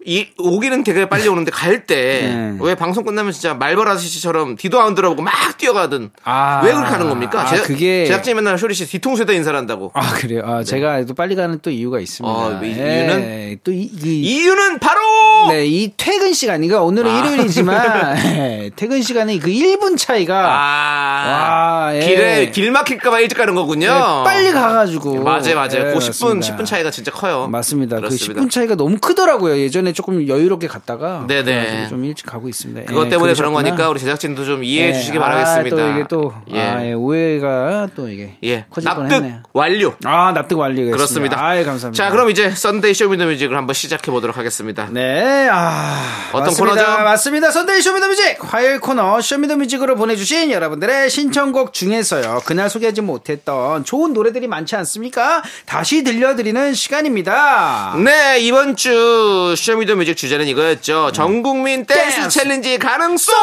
[SPEAKER 2] 이, 오기는 되게 빨리 오는데, 갈 때,
[SPEAKER 8] 네.
[SPEAKER 2] 왜 방송 끝나면 진짜 말벌 아저씨처럼 뒤도 안 들어보고 막 뛰어가든,
[SPEAKER 8] 아.
[SPEAKER 2] 왜 그렇게 하는 겁니까?
[SPEAKER 8] 아,
[SPEAKER 2] 제작,
[SPEAKER 8] 그게-
[SPEAKER 2] 제작진이 맨날 쇼리씨 뒤통수에다 인사를 한다고.
[SPEAKER 8] 아 그래요. 아 제가 또 빨리 가는 또 이유가 있습니다.
[SPEAKER 2] 네. 어, 이-
[SPEAKER 8] 예, 또 이, 이,
[SPEAKER 2] 이유는 바로!
[SPEAKER 8] 네, 이 퇴근 시간 이거 그러니까 오늘은
[SPEAKER 2] 어! 아.
[SPEAKER 8] 일요일이지만 예, 퇴근 시간에 그 1분 차이가
[SPEAKER 2] 아,
[SPEAKER 8] 와, 예.
[SPEAKER 2] 길에 길 막힐까봐 일찍 가는 거군요.
[SPEAKER 8] 예, 빨리 가가지고
[SPEAKER 2] 맞아요, 맞아요.
[SPEAKER 8] 예,
[SPEAKER 2] 그 10분,
[SPEAKER 8] 맞습니다.
[SPEAKER 2] 10분 차이가 진짜 커요.
[SPEAKER 8] 맞습니다.
[SPEAKER 2] 아, 그렇습니다.
[SPEAKER 8] 그 10분 차이가 너무 크더라고요. 예전에 조금 여유롭게 갔다가
[SPEAKER 2] 네네.
[SPEAKER 8] 그래가지고 좀 일찍 가고 있습니다.
[SPEAKER 2] 그것
[SPEAKER 8] 예,
[SPEAKER 2] 때문에 그런
[SPEAKER 8] 그러셨구나.
[SPEAKER 2] 거니까 우리 제작진도 좀 이해해
[SPEAKER 8] 예,
[SPEAKER 2] 주시기
[SPEAKER 8] 아,
[SPEAKER 2] 바라겠습니다.
[SPEAKER 8] 또 이게 또
[SPEAKER 2] 예,
[SPEAKER 8] 아, 예, 오해가 또 이게
[SPEAKER 2] 예.
[SPEAKER 8] 커질
[SPEAKER 2] 납득
[SPEAKER 8] 뻔했네요.
[SPEAKER 2] 완료.
[SPEAKER 8] 아 납득 완료가
[SPEAKER 2] 네, 그렇습니다.
[SPEAKER 8] 있습니다. 아예 감사합니다.
[SPEAKER 2] 자, 그럼 이제 썬데이 쇼미더뮤직을 한번 시작해 보도록 하겠습니다.
[SPEAKER 8] 네, 아.
[SPEAKER 2] 어떤
[SPEAKER 8] 맞습니다.
[SPEAKER 2] 코너죠?
[SPEAKER 8] 맞습니다. 선데이 쇼미더뮤직! 화요일 코너 쇼미더뮤직으로 보내주신 여러분들의 신청곡 중에서요. 그날 소개하지 못했던 좋은 노래들이 많지 않습니까? 다시 들려드리는 시간입니다.
[SPEAKER 2] 네, 이번 주 쇼미더뮤직 주제는 이거였죠. 전 국민 댄스,
[SPEAKER 8] 댄스.
[SPEAKER 2] 챌린지 가능성!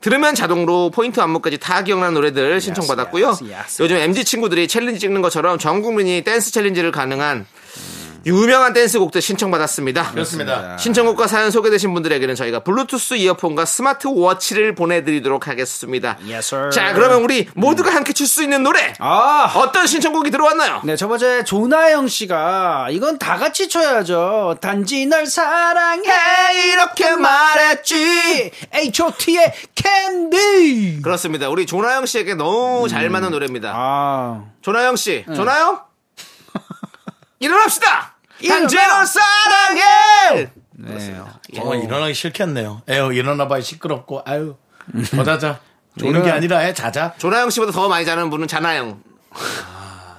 [SPEAKER 2] 들으면 자동으로 포인트 안무까지 다 기억나는 노래들 신청받았고요.
[SPEAKER 8] yes, yes.
[SPEAKER 2] 요즘 MZ 친구들이 챌린지 찍는 것처럼 전 국민이 댄스 챌린지를 가능한 유명한 댄스곡들 신청받았습니다.
[SPEAKER 1] 그렇습니다.
[SPEAKER 2] 신청곡과 사연 소개되신 분들에게는 저희가 블루투스 이어폰과 스마트워치를 보내드리도록 하겠습니다.
[SPEAKER 8] Yes, sir.
[SPEAKER 2] 자, 그러면 우리 모두가 함께 출 수 있는 노래!
[SPEAKER 8] 아.
[SPEAKER 2] 어떤 신청곡이 들어왔나요?
[SPEAKER 8] 네, 저번에 조나영 씨가 이건 다 같이 쳐야죠. 단지 널 사랑해. 이렇게 말했지. H.O.T.의 캔디.
[SPEAKER 2] 그렇습니다. 우리 조나영 씨에게 너무 잘 맞는 노래입니다.
[SPEAKER 8] 아.
[SPEAKER 2] 조나영 씨, 조나영 네. 일어납시다.
[SPEAKER 8] 일어나!
[SPEAKER 2] 단제로 사랑해.
[SPEAKER 1] 어, 일어나기 싫겠네요 에휴 일어나봐야 시끄럽고 아유 더 자자 조는 게
[SPEAKER 8] 일어나-
[SPEAKER 1] 아니라 애 자자
[SPEAKER 2] 조나영 씨보다 더 많이 자는 분은 자나영. 아.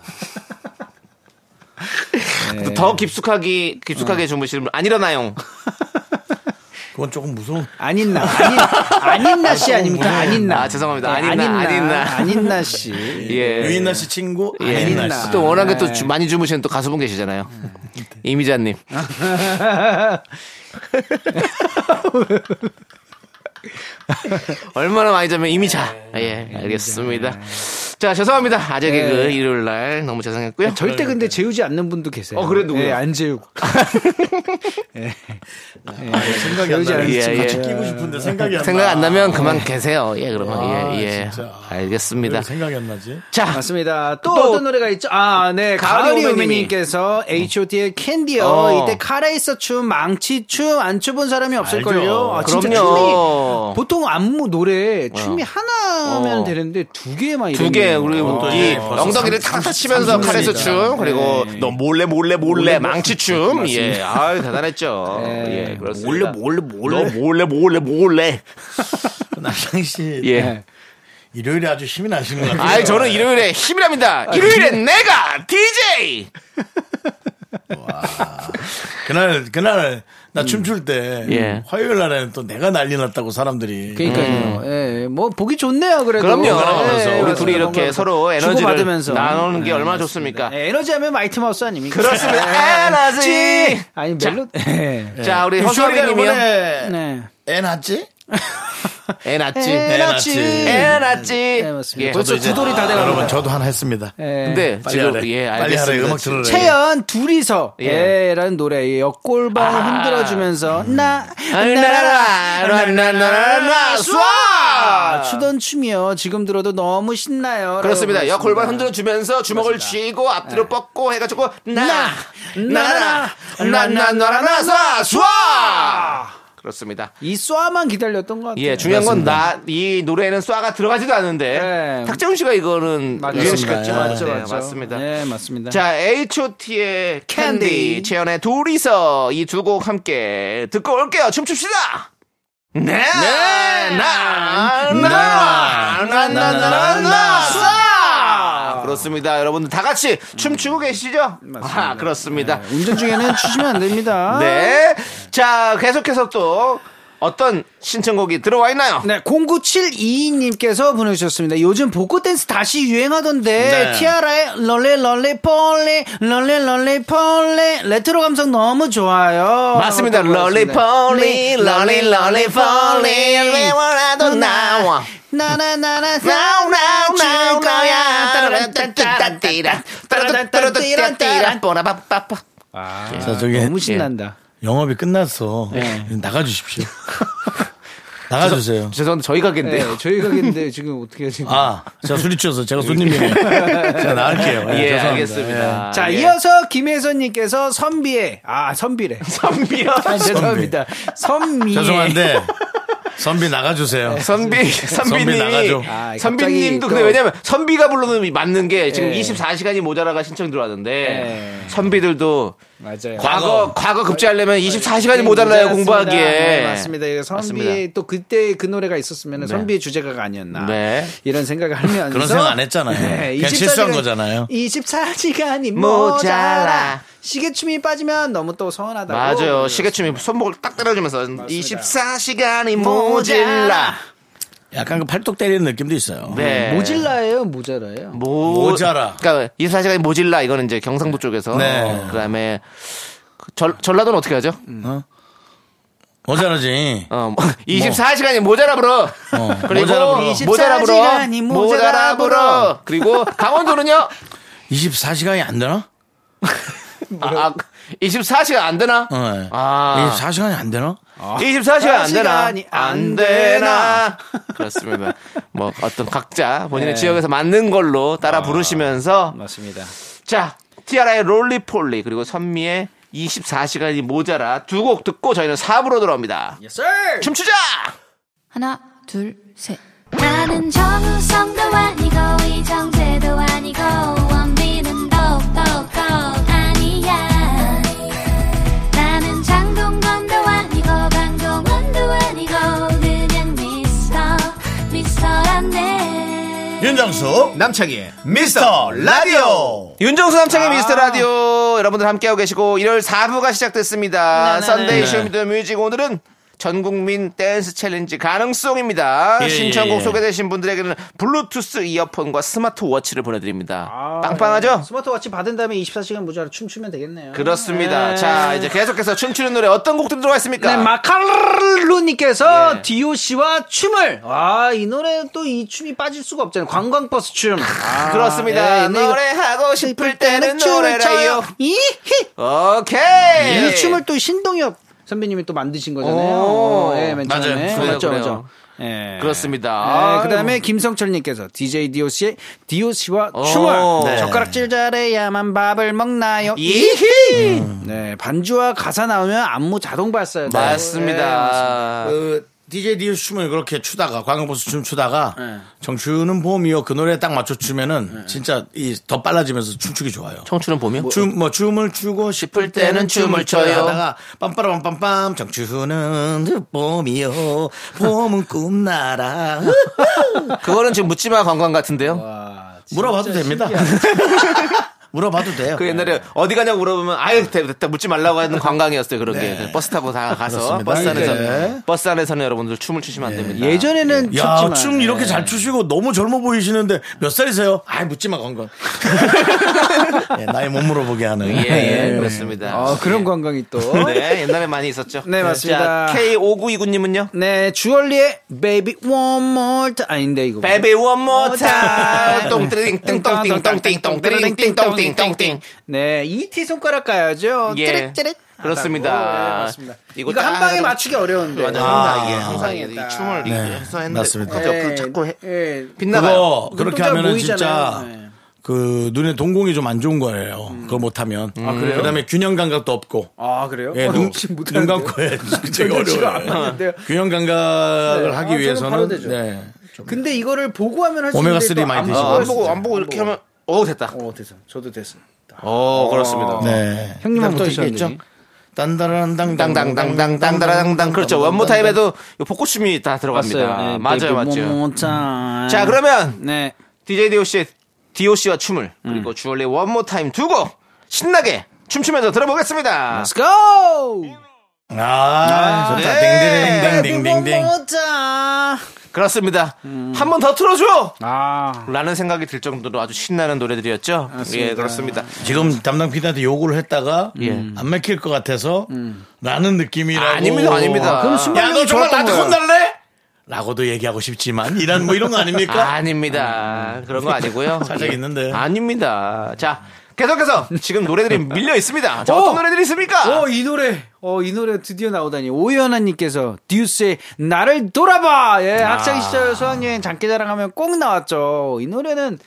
[SPEAKER 2] 더 깊숙하게 깊숙하게 주무시는 분 안일어나요.
[SPEAKER 1] 그건 조금 무서운
[SPEAKER 8] 안인나 아닌, 안인나 씨 아닙니까 안인나 네,
[SPEAKER 2] 아, 죄송합니다. 안인나, 안인나.
[SPEAKER 8] 안인나 씨
[SPEAKER 2] 예.
[SPEAKER 1] 유인나 씨 친구
[SPEAKER 2] 예.
[SPEAKER 1] 아닌
[SPEAKER 8] 유인나.
[SPEAKER 1] 날씨
[SPEAKER 2] 또
[SPEAKER 1] 음.
[SPEAKER 2] 워낙에 또 주- 많이 주무시는 또 가수분 계시잖아요. 이미자님. 얼마나 많이 자면 이미 자.
[SPEAKER 1] 네,
[SPEAKER 2] 예, 알겠습니다. 자, 죄송합니다. 아재 개그
[SPEAKER 1] 네.
[SPEAKER 2] 일요일 날 너무
[SPEAKER 1] 아,
[SPEAKER 2] 죄송했고요.
[SPEAKER 8] 절대 근데 재우지 않는 분도 계세요.
[SPEAKER 2] 어, 그래, 누구요?
[SPEAKER 8] 예, 안 재우고.
[SPEAKER 1] 생각이
[SPEAKER 8] 그러지
[SPEAKER 1] 안 나네.
[SPEAKER 2] 않았지.
[SPEAKER 1] 같이
[SPEAKER 2] 아, 예, 예.
[SPEAKER 1] 끼고 싶은데 생각이 안
[SPEAKER 2] 생각
[SPEAKER 1] 나.
[SPEAKER 2] 안 나면 그만 계세요. 예, 그러면
[SPEAKER 1] 아,
[SPEAKER 2] 예, 예.
[SPEAKER 1] 진짜. 아,
[SPEAKER 2] 알겠습니다.
[SPEAKER 1] 왜 생각이 안 나지?
[SPEAKER 2] 자,
[SPEAKER 8] 맞습니다. 또,
[SPEAKER 2] 또
[SPEAKER 8] 어떤 노래가 있죠? 아, 네.
[SPEAKER 2] 가을이
[SPEAKER 8] 가을이
[SPEAKER 2] 오메님이.
[SPEAKER 8] 오메님께서 H.O.T.의 캔디요.
[SPEAKER 2] 어.
[SPEAKER 8] 이때 카라이서 춤, 망치 춤 안 춰본 사람이 없을걸요. 아, 진짜
[SPEAKER 2] 그럼요.
[SPEAKER 8] 춤이 보통 안무 노래 춤이 하나면
[SPEAKER 2] 어.
[SPEAKER 8] 되는데 두 개만
[SPEAKER 2] 두
[SPEAKER 8] 이런
[SPEAKER 2] 개,
[SPEAKER 8] 거예요.
[SPEAKER 2] 우리
[SPEAKER 8] 어.
[SPEAKER 2] 이
[SPEAKER 1] 벌써
[SPEAKER 2] 엉덩이를 탁탁 치면서
[SPEAKER 1] 아, 네. 삼십 네.
[SPEAKER 2] 카레스
[SPEAKER 1] 년이니까.
[SPEAKER 2] 춤, 그리고 어, 너 몰래 몰래 몰래 망치 춤, 예, 아 대단했죠. 예, 그렇습니다. 몰래 몰래 몰래, 너 뭐- 몰래 몰래 몰래.
[SPEAKER 1] 그 남창희 씨
[SPEAKER 2] 예.
[SPEAKER 1] 일요일에 아주 힘이 나시는 것 같아요.
[SPEAKER 2] 아이 저는 일요일에 힘이랍니다. 일요일에 내가 DJ.
[SPEAKER 1] 그날 그날 나 춤출 때
[SPEAKER 2] 예.
[SPEAKER 1] 화요일 날에는 또 내가 난리 났다고 사람들이 음.
[SPEAKER 8] 그러니까요. 예, 뭐 보기 좋네요. 그래도
[SPEAKER 2] 음. 그럼요. 네.
[SPEAKER 8] 예,
[SPEAKER 2] 우리
[SPEAKER 8] 그래서
[SPEAKER 2] 둘이 이렇게
[SPEAKER 8] 뭔가
[SPEAKER 2] 서로 에너지를
[SPEAKER 8] 주고받으면서.
[SPEAKER 2] 나누는 게
[SPEAKER 8] 예,
[SPEAKER 2] 얼마나
[SPEAKER 8] 맞습니다. 네.
[SPEAKER 2] 좋습니까?
[SPEAKER 8] 예, 에너지 하면 마이트 마우스 아닙니까?
[SPEAKER 2] 그렇습니다. 에너지.
[SPEAKER 8] 아니 멜로 예.
[SPEAKER 2] 자 우리
[SPEAKER 1] 유쇼리가
[SPEAKER 2] 허수아비님이요.
[SPEAKER 1] 이번에
[SPEAKER 8] 네.
[SPEAKER 1] 애 낳지?
[SPEAKER 2] 애 낳지.
[SPEAKER 8] 에
[SPEAKER 1] 낳지.
[SPEAKER 2] 애 낳지.
[SPEAKER 8] 네, 맞습니다.
[SPEAKER 2] 예.
[SPEAKER 8] 벌써 구돌이 다 돼가고
[SPEAKER 1] 여러분 저도 하나 했습니다.
[SPEAKER 2] 근데
[SPEAKER 1] 빨리
[SPEAKER 2] 지금
[SPEAKER 1] 하래.
[SPEAKER 2] 예
[SPEAKER 1] 빨리 하래.
[SPEAKER 2] 알겠습니다.
[SPEAKER 1] 음악 들으래.
[SPEAKER 8] 채연 둘이서
[SPEAKER 2] 예. 아. 음.
[SPEAKER 8] 예라는 노래 이 옆골반 흔들어주면서 나
[SPEAKER 2] 나나나나나나
[SPEAKER 8] 아,
[SPEAKER 2] 쏴
[SPEAKER 8] 추던 춤이요 지금 들어도 너무 신나요
[SPEAKER 2] 그렇습니다. 여
[SPEAKER 8] 라고
[SPEAKER 2] 골반
[SPEAKER 8] 그랬습니다.
[SPEAKER 2] 흔들어 주면서 주먹을 쥐고 앞뒤로 뻗고 해가지고 나 나나나 나나나나나 쏴 그렇습니다.
[SPEAKER 8] 이 쏴만 기다렸던 것 같아요
[SPEAKER 2] 예, 중요한 건 나 이 노래에는 쏴가 들어가지도 않은데
[SPEAKER 8] 네.
[SPEAKER 2] 탁재훈 씨가 이거는
[SPEAKER 8] 맞아요.
[SPEAKER 2] 유행시켰죠.
[SPEAKER 8] 예, 맞죠,
[SPEAKER 2] 네,
[SPEAKER 8] 맞죠.
[SPEAKER 2] 맞습니다.
[SPEAKER 8] 네 맞습니다
[SPEAKER 2] 자, H.O.T.의 캔디,
[SPEAKER 8] 캔디.
[SPEAKER 2] 채연의 둘이서 이 두 곡 함께 듣고 올게요. 춤춥시다. 네, 나, 나, 나, 나, 나, 나, 나, 쏴! 그렇습니다. 여러분들 다 같이 춤추고 계시죠? 아, 그렇습니다.
[SPEAKER 8] 운전 중에는 추시면 안 됩니다
[SPEAKER 2] 네. 자, 계속해서 또 어떤 신청곡이 들어와 있나요?
[SPEAKER 8] 네, 09722님께서 보내주셨습니다. 요즘 복고 댄스 다시 유행하던데,
[SPEAKER 1] 네.
[SPEAKER 8] 티아라의 럴레 럴레 폴레, 럴레 럴레 폴레, 레트로 감성 너무 좋아요. 네,
[SPEAKER 2] 맞습니다. 음.
[SPEAKER 8] 라고
[SPEAKER 2] 롤리폴리,
[SPEAKER 8] 보내주셨습니다.
[SPEAKER 2] 롤리, 롤리폴리, 왜 원하던 나와.
[SPEAKER 8] 나나나나, 나오나, 나 거야. 따라따따따띠라.
[SPEAKER 2] 뽀라빠빠빠.
[SPEAKER 1] 자, 저기
[SPEAKER 8] 너무
[SPEAKER 2] 예.
[SPEAKER 8] 신난다.
[SPEAKER 1] 영업이 끝났어. 나가 주십시오. 나가 주세요.
[SPEAKER 2] 네. 죄송한데 저희 가게인데요.
[SPEAKER 8] 네, 저희 가게인데 지금 어떻게 하지?
[SPEAKER 1] 아, 제가 술이 취해서 제가 손님이에요. 제가 나갈게요. 예,
[SPEAKER 2] 예,
[SPEAKER 1] 죄송합니다.
[SPEAKER 2] 알겠습니다.
[SPEAKER 8] 자,
[SPEAKER 2] 예.
[SPEAKER 8] 이어서 김혜선님께서 선비의, 아, 선비래.
[SPEAKER 2] 선비요.
[SPEAKER 8] 아, 죄송합니다. 선미.
[SPEAKER 1] 예. 죄송한데 선비 나가 주세요.
[SPEAKER 2] 네, 선비, 선비님.
[SPEAKER 1] 나가죠.
[SPEAKER 8] 아, 갑자기
[SPEAKER 2] 선비님도
[SPEAKER 8] 또-
[SPEAKER 2] 근데 왜냐면 선비가 부르는 이 맞는 게 지금
[SPEAKER 8] 예.
[SPEAKER 2] 24시간이 모자라가 신청이 들어왔는데 선비들도
[SPEAKER 8] 맞아요.
[SPEAKER 2] 과거, 과거 급제하려면 24시간이 모자라요, 공부하기에.
[SPEAKER 8] 네, 맞습니다. 이거
[SPEAKER 2] 맞습니다.
[SPEAKER 8] 선비의 또 그때 그 노래가 있었으면 선비의 주제가가 아니었나
[SPEAKER 2] 네.
[SPEAKER 8] 이런 생각을 하면서 네,
[SPEAKER 1] 그런 생각 안 했잖아요. 그냥 실수한 거잖아요.
[SPEAKER 8] 24시간이
[SPEAKER 2] 모자라.
[SPEAKER 8] 모자라. 시계춤이 빠지면 너무 또 서운하다고. 네,
[SPEAKER 2] 맞아요. 시계춤이 손목을 딱 때려주면서 24시간이 모질라.
[SPEAKER 1] 약간 그 팔뚝 때리는 느낌도 있어요.
[SPEAKER 2] 네.
[SPEAKER 8] 모질라예요, 모자라예요.
[SPEAKER 2] 모...
[SPEAKER 1] 모자라.
[SPEAKER 2] 그러니까 24시간이 모질라 이거는 이제 경상도 쪽에서.
[SPEAKER 1] 네.
[SPEAKER 2] 그다음에 그 절, 전라도는 어떻게 하죠?
[SPEAKER 1] 모자라지.
[SPEAKER 2] 어, 뭐, 24시간이 모자라 불어. 그리고
[SPEAKER 1] 모자라 불어.
[SPEAKER 2] 모자라 불어.
[SPEAKER 8] 24시간이
[SPEAKER 2] 모자라
[SPEAKER 8] 모자라
[SPEAKER 2] 불어. 그리고 강원도는요?
[SPEAKER 1] 24시간이 안 되나?
[SPEAKER 2] 아, 아, 24시간 안 되나?
[SPEAKER 1] 어.
[SPEAKER 2] 아.
[SPEAKER 1] 24시간이 안 되나?
[SPEAKER 2] 24시간 안 되나?
[SPEAKER 8] 시간이
[SPEAKER 2] 안
[SPEAKER 8] 안
[SPEAKER 2] 되나? 그렇습니다. 뭐 어떤 각자 본인의
[SPEAKER 1] 네.
[SPEAKER 2] 지역에서 맞는 걸로 따라
[SPEAKER 1] 아.
[SPEAKER 2] 부르시면서
[SPEAKER 8] 맞습니다.
[SPEAKER 2] 자, 티아라의 롤리폴리 그리고 선미의 24시간이 모자라 두 곡 듣고 저희는 4부로 돌아옵니다.
[SPEAKER 6] 예.
[SPEAKER 2] 춤추자!
[SPEAKER 7] 나는 정우성도 아니고 이정재도 아니고 원빈은 더욱더 아니야 나는 장동건도 아니고 방종원도 아니고 그냥 미스터 미스터란데
[SPEAKER 1] 윤정수 남창희 미스터 라디오.
[SPEAKER 2] 윤정수 남창의
[SPEAKER 6] 아.
[SPEAKER 2] 미스터
[SPEAKER 6] 네,
[SPEAKER 2] 라디오 여러분들 함께하고 계시고 일요일 4부가 시작됐습니다. 썬데이 쇼미더 뮤직 오늘은 전국민 댄스 챌린지 가능성입니다.
[SPEAKER 6] 예,
[SPEAKER 2] 신청곡
[SPEAKER 6] 예, 예.
[SPEAKER 2] 소개되신 분들에게는 블루투스 이어폰과 스마트워치를 보내드립니다.
[SPEAKER 6] 아,
[SPEAKER 2] 빵빵하죠?
[SPEAKER 8] 아,
[SPEAKER 6] 네.
[SPEAKER 8] 네.
[SPEAKER 2] 그러니까.
[SPEAKER 8] 스마트워치 받은 다음에 24시간 모자로 춤추면 되겠네요.
[SPEAKER 2] 그렇습니다. 자, 이제 계속해서 춤추는 노래 어떤 곡들 들어와 있습니까?
[SPEAKER 8] 네, 마카루님께서
[SPEAKER 2] 예.
[SPEAKER 8] 디오 씨와 춤을. 와, 이 노래 또 이 춤이 빠질 수가 없잖아요. 관광버스 춤. 아,
[SPEAKER 2] 그렇습니다.
[SPEAKER 8] 예, 근데 이거
[SPEAKER 2] 노래하고 싶을 네, 네, 때는
[SPEAKER 8] 네, 춤을 춰요.
[SPEAKER 2] 노래라요.
[SPEAKER 8] 이, 히.
[SPEAKER 2] 오케이.
[SPEAKER 8] 이 춤을 또 신동엽 선배님이 또 만드신 거잖아요.
[SPEAKER 2] 오.
[SPEAKER 8] 예, 맨
[SPEAKER 2] 맞아요.
[SPEAKER 8] 처음에.
[SPEAKER 2] 그래요,
[SPEAKER 8] 맞죠,
[SPEAKER 2] 그래요.
[SPEAKER 8] 맞죠. 예.
[SPEAKER 2] 그렇습니다. 아,
[SPEAKER 8] 그 다음에 김성철님께서 DJ DOC의 DOC와
[SPEAKER 2] 오.
[SPEAKER 8] 춤을
[SPEAKER 2] 네.
[SPEAKER 8] 젓가락질 잘해야만 밥을 먹나요?
[SPEAKER 2] 이히. 음.
[SPEAKER 8] 네, 반주와 가사 나오면 안무 자동 발사요.
[SPEAKER 2] 네, 맞습니다.
[SPEAKER 1] 그 DJ 디오 춤을 그렇게 추다가 광역버스 춤 추다가
[SPEAKER 8] 네.
[SPEAKER 1] 정추는 봄이요 그 노래에 딱 맞춰 추면은
[SPEAKER 2] 네.
[SPEAKER 1] 진짜 이 더 빨라지면서 춤추기 좋아요.
[SPEAKER 2] 청춘은 보면
[SPEAKER 1] 춤 뭐 춤을 추고 싶을 때는 춤을 춰요. 하다가 빰빠라빰빰빰 정추는 봄이요 봄은 꿈나라
[SPEAKER 2] 그거는 지금 묻지마 관광 같은데요.
[SPEAKER 1] 물어봐도 됩니다. 물어봐도 돼요. 네.
[SPEAKER 2] 그 옛날에 어디 가냐고 물어보면 아예 됐다, 됐다 묻지 말라고 하는 관광이었어요 그런 게 버스 타고 다 네, 가서
[SPEAKER 1] 그렇습니다.
[SPEAKER 2] 버스 안에서
[SPEAKER 1] 네.
[SPEAKER 2] 버스 안에서는 여러분들 춤을 추시면 안 됩니다.
[SPEAKER 8] 예전에는
[SPEAKER 1] 야,
[SPEAKER 8] 춥지만.
[SPEAKER 1] 춤 이렇게 잘 추시고 너무 젊어 보이시는데 몇 살이세요? 네. 아이, 묻지 마, 건건. 예, 나이 못 물어보게 하는. 네.
[SPEAKER 2] 예, 예, 그렇습니다.
[SPEAKER 8] 아, 그런 관광이 또.
[SPEAKER 2] 예. 네 옛날에 많이 있었죠.
[SPEAKER 8] 네, 맞습니다.
[SPEAKER 2] K 5929님은요.
[SPEAKER 8] 네, 주얼리의 Baby One More Time. 아닌데, 이거.
[SPEAKER 2] 베베 원모 타 똥띠링 띵똥띵 똥띵 똥띠링 띵똥띵 똥띵
[SPEAKER 8] 네, 이티 손가락 가야죠.
[SPEAKER 2] 예.
[SPEAKER 8] 찌릿찌릿.
[SPEAKER 2] 그렇습니다.
[SPEAKER 8] 하다고. 네, 맞습니다.
[SPEAKER 2] 이거
[SPEAKER 8] 이거, 한
[SPEAKER 2] 딱
[SPEAKER 8] 방에
[SPEAKER 2] 하는-
[SPEAKER 8] 맞추기 어려운데.
[SPEAKER 2] 맞아
[SPEAKER 1] 아,
[SPEAKER 2] 항상 이게
[SPEAKER 1] 아,
[SPEAKER 2] 항상 이게 이 춤을
[SPEAKER 1] 네,
[SPEAKER 2] 이렇게 해서 했는데
[SPEAKER 1] 맞습니다.
[SPEAKER 2] 갑자기 그 자꾸 해-
[SPEAKER 8] 예.
[SPEAKER 2] 빗나가요.
[SPEAKER 1] 그거, 그렇게 하면은 진짜. 그 눈에 동공이 좀 안 좋은 거예요. 그거 못하면. 그다음에 균형 감각도 없고.
[SPEAKER 8] 아, 그래요?
[SPEAKER 1] 예,
[SPEAKER 8] 어,
[SPEAKER 1] 눈,
[SPEAKER 8] 혹시 못하는데요?
[SPEAKER 1] 눈 감고 해. 되게
[SPEAKER 8] 지금 안
[SPEAKER 1] 어려워요. 아,
[SPEAKER 8] 맞는데요.
[SPEAKER 1] 균형 감각을 하기
[SPEAKER 8] 네. 아, 저는 바로
[SPEAKER 1] 위해서는
[SPEAKER 8] 되죠.
[SPEAKER 1] 네. 좀
[SPEAKER 8] 근데 이거를 보고 하면 할 수
[SPEAKER 1] 오메가
[SPEAKER 8] 있는데
[SPEAKER 1] 쓰리
[SPEAKER 8] 또
[SPEAKER 1] 많이
[SPEAKER 8] 안
[SPEAKER 1] 드시고.
[SPEAKER 8] 보고
[SPEAKER 2] 안
[SPEAKER 8] 할 수도
[SPEAKER 2] 보고 안
[SPEAKER 8] 있어요.
[SPEAKER 2] 보고 이렇게 하면 오 됐다.
[SPEAKER 8] 어, 됐어. 저도 됐어.
[SPEAKER 2] 오 그렇습니다.
[SPEAKER 1] 네.
[SPEAKER 8] 형님은
[SPEAKER 1] 또 이게
[SPEAKER 8] 못하시는데.
[SPEAKER 1] 있죠. 딴다란당당당당당
[SPEAKER 2] 땅당당당당 땅다라당당 그렇죠
[SPEAKER 1] 아,
[SPEAKER 2] 원모 타임에도 요 복고춤이 다 들어갑니다.
[SPEAKER 8] 네,
[SPEAKER 2] 맞아요
[SPEAKER 8] Baby One
[SPEAKER 2] 맞죠.
[SPEAKER 8] More Time.
[SPEAKER 2] 자 그러면
[SPEAKER 8] 네.
[SPEAKER 2] DJ DOC의 DOC와 춤을 그리고 주얼리 원모 타임 두 곡 신나게 춤추면서 들어보겠습니다.
[SPEAKER 8] Let's go!
[SPEAKER 1] 아, 좋다.
[SPEAKER 2] 네.
[SPEAKER 1] 딩딩딩딩딩딩.
[SPEAKER 2] 그렇습니다. 한 번 더 틀어줘!
[SPEAKER 8] 아.
[SPEAKER 2] 라는 생각이 들 정도로 아주 신나는 노래들이었죠. 예, 그렇습니다.
[SPEAKER 1] 지금 담당 PD한테 요구를 했다가 안 맥힐 것 같아서
[SPEAKER 8] 음.
[SPEAKER 1] 라는 느낌이라고.
[SPEAKER 2] 예. 아닙니다, 아닙니다.
[SPEAKER 1] 야,
[SPEAKER 2] 그럼
[SPEAKER 1] 너
[SPEAKER 8] 순발력이
[SPEAKER 1] 정말
[SPEAKER 8] 좋았던
[SPEAKER 1] 나한테
[SPEAKER 8] 거예요.
[SPEAKER 1] 혼날래? 라고도 얘기하고 싶지만 이란 뭐 이런 거 아닙니까?
[SPEAKER 2] 아닙니다. 그런 거 아니고요.
[SPEAKER 1] 살짝
[SPEAKER 2] 예.
[SPEAKER 1] 있는데.
[SPEAKER 2] 아닙니다. 자, 계속해서 지금 노래들이 밀려 있습니다. 자,
[SPEAKER 8] 오!
[SPEAKER 2] 어떤 노래들이 있습니까?
[SPEAKER 8] 어, 이 노래. 어, 이 노래 드디어 나오다니. 오연아님께서 듀스의 나를 돌아봐! 예, 학창 시절 수학여행 장기자랑 하면 꼭 나왔죠. 이 노래는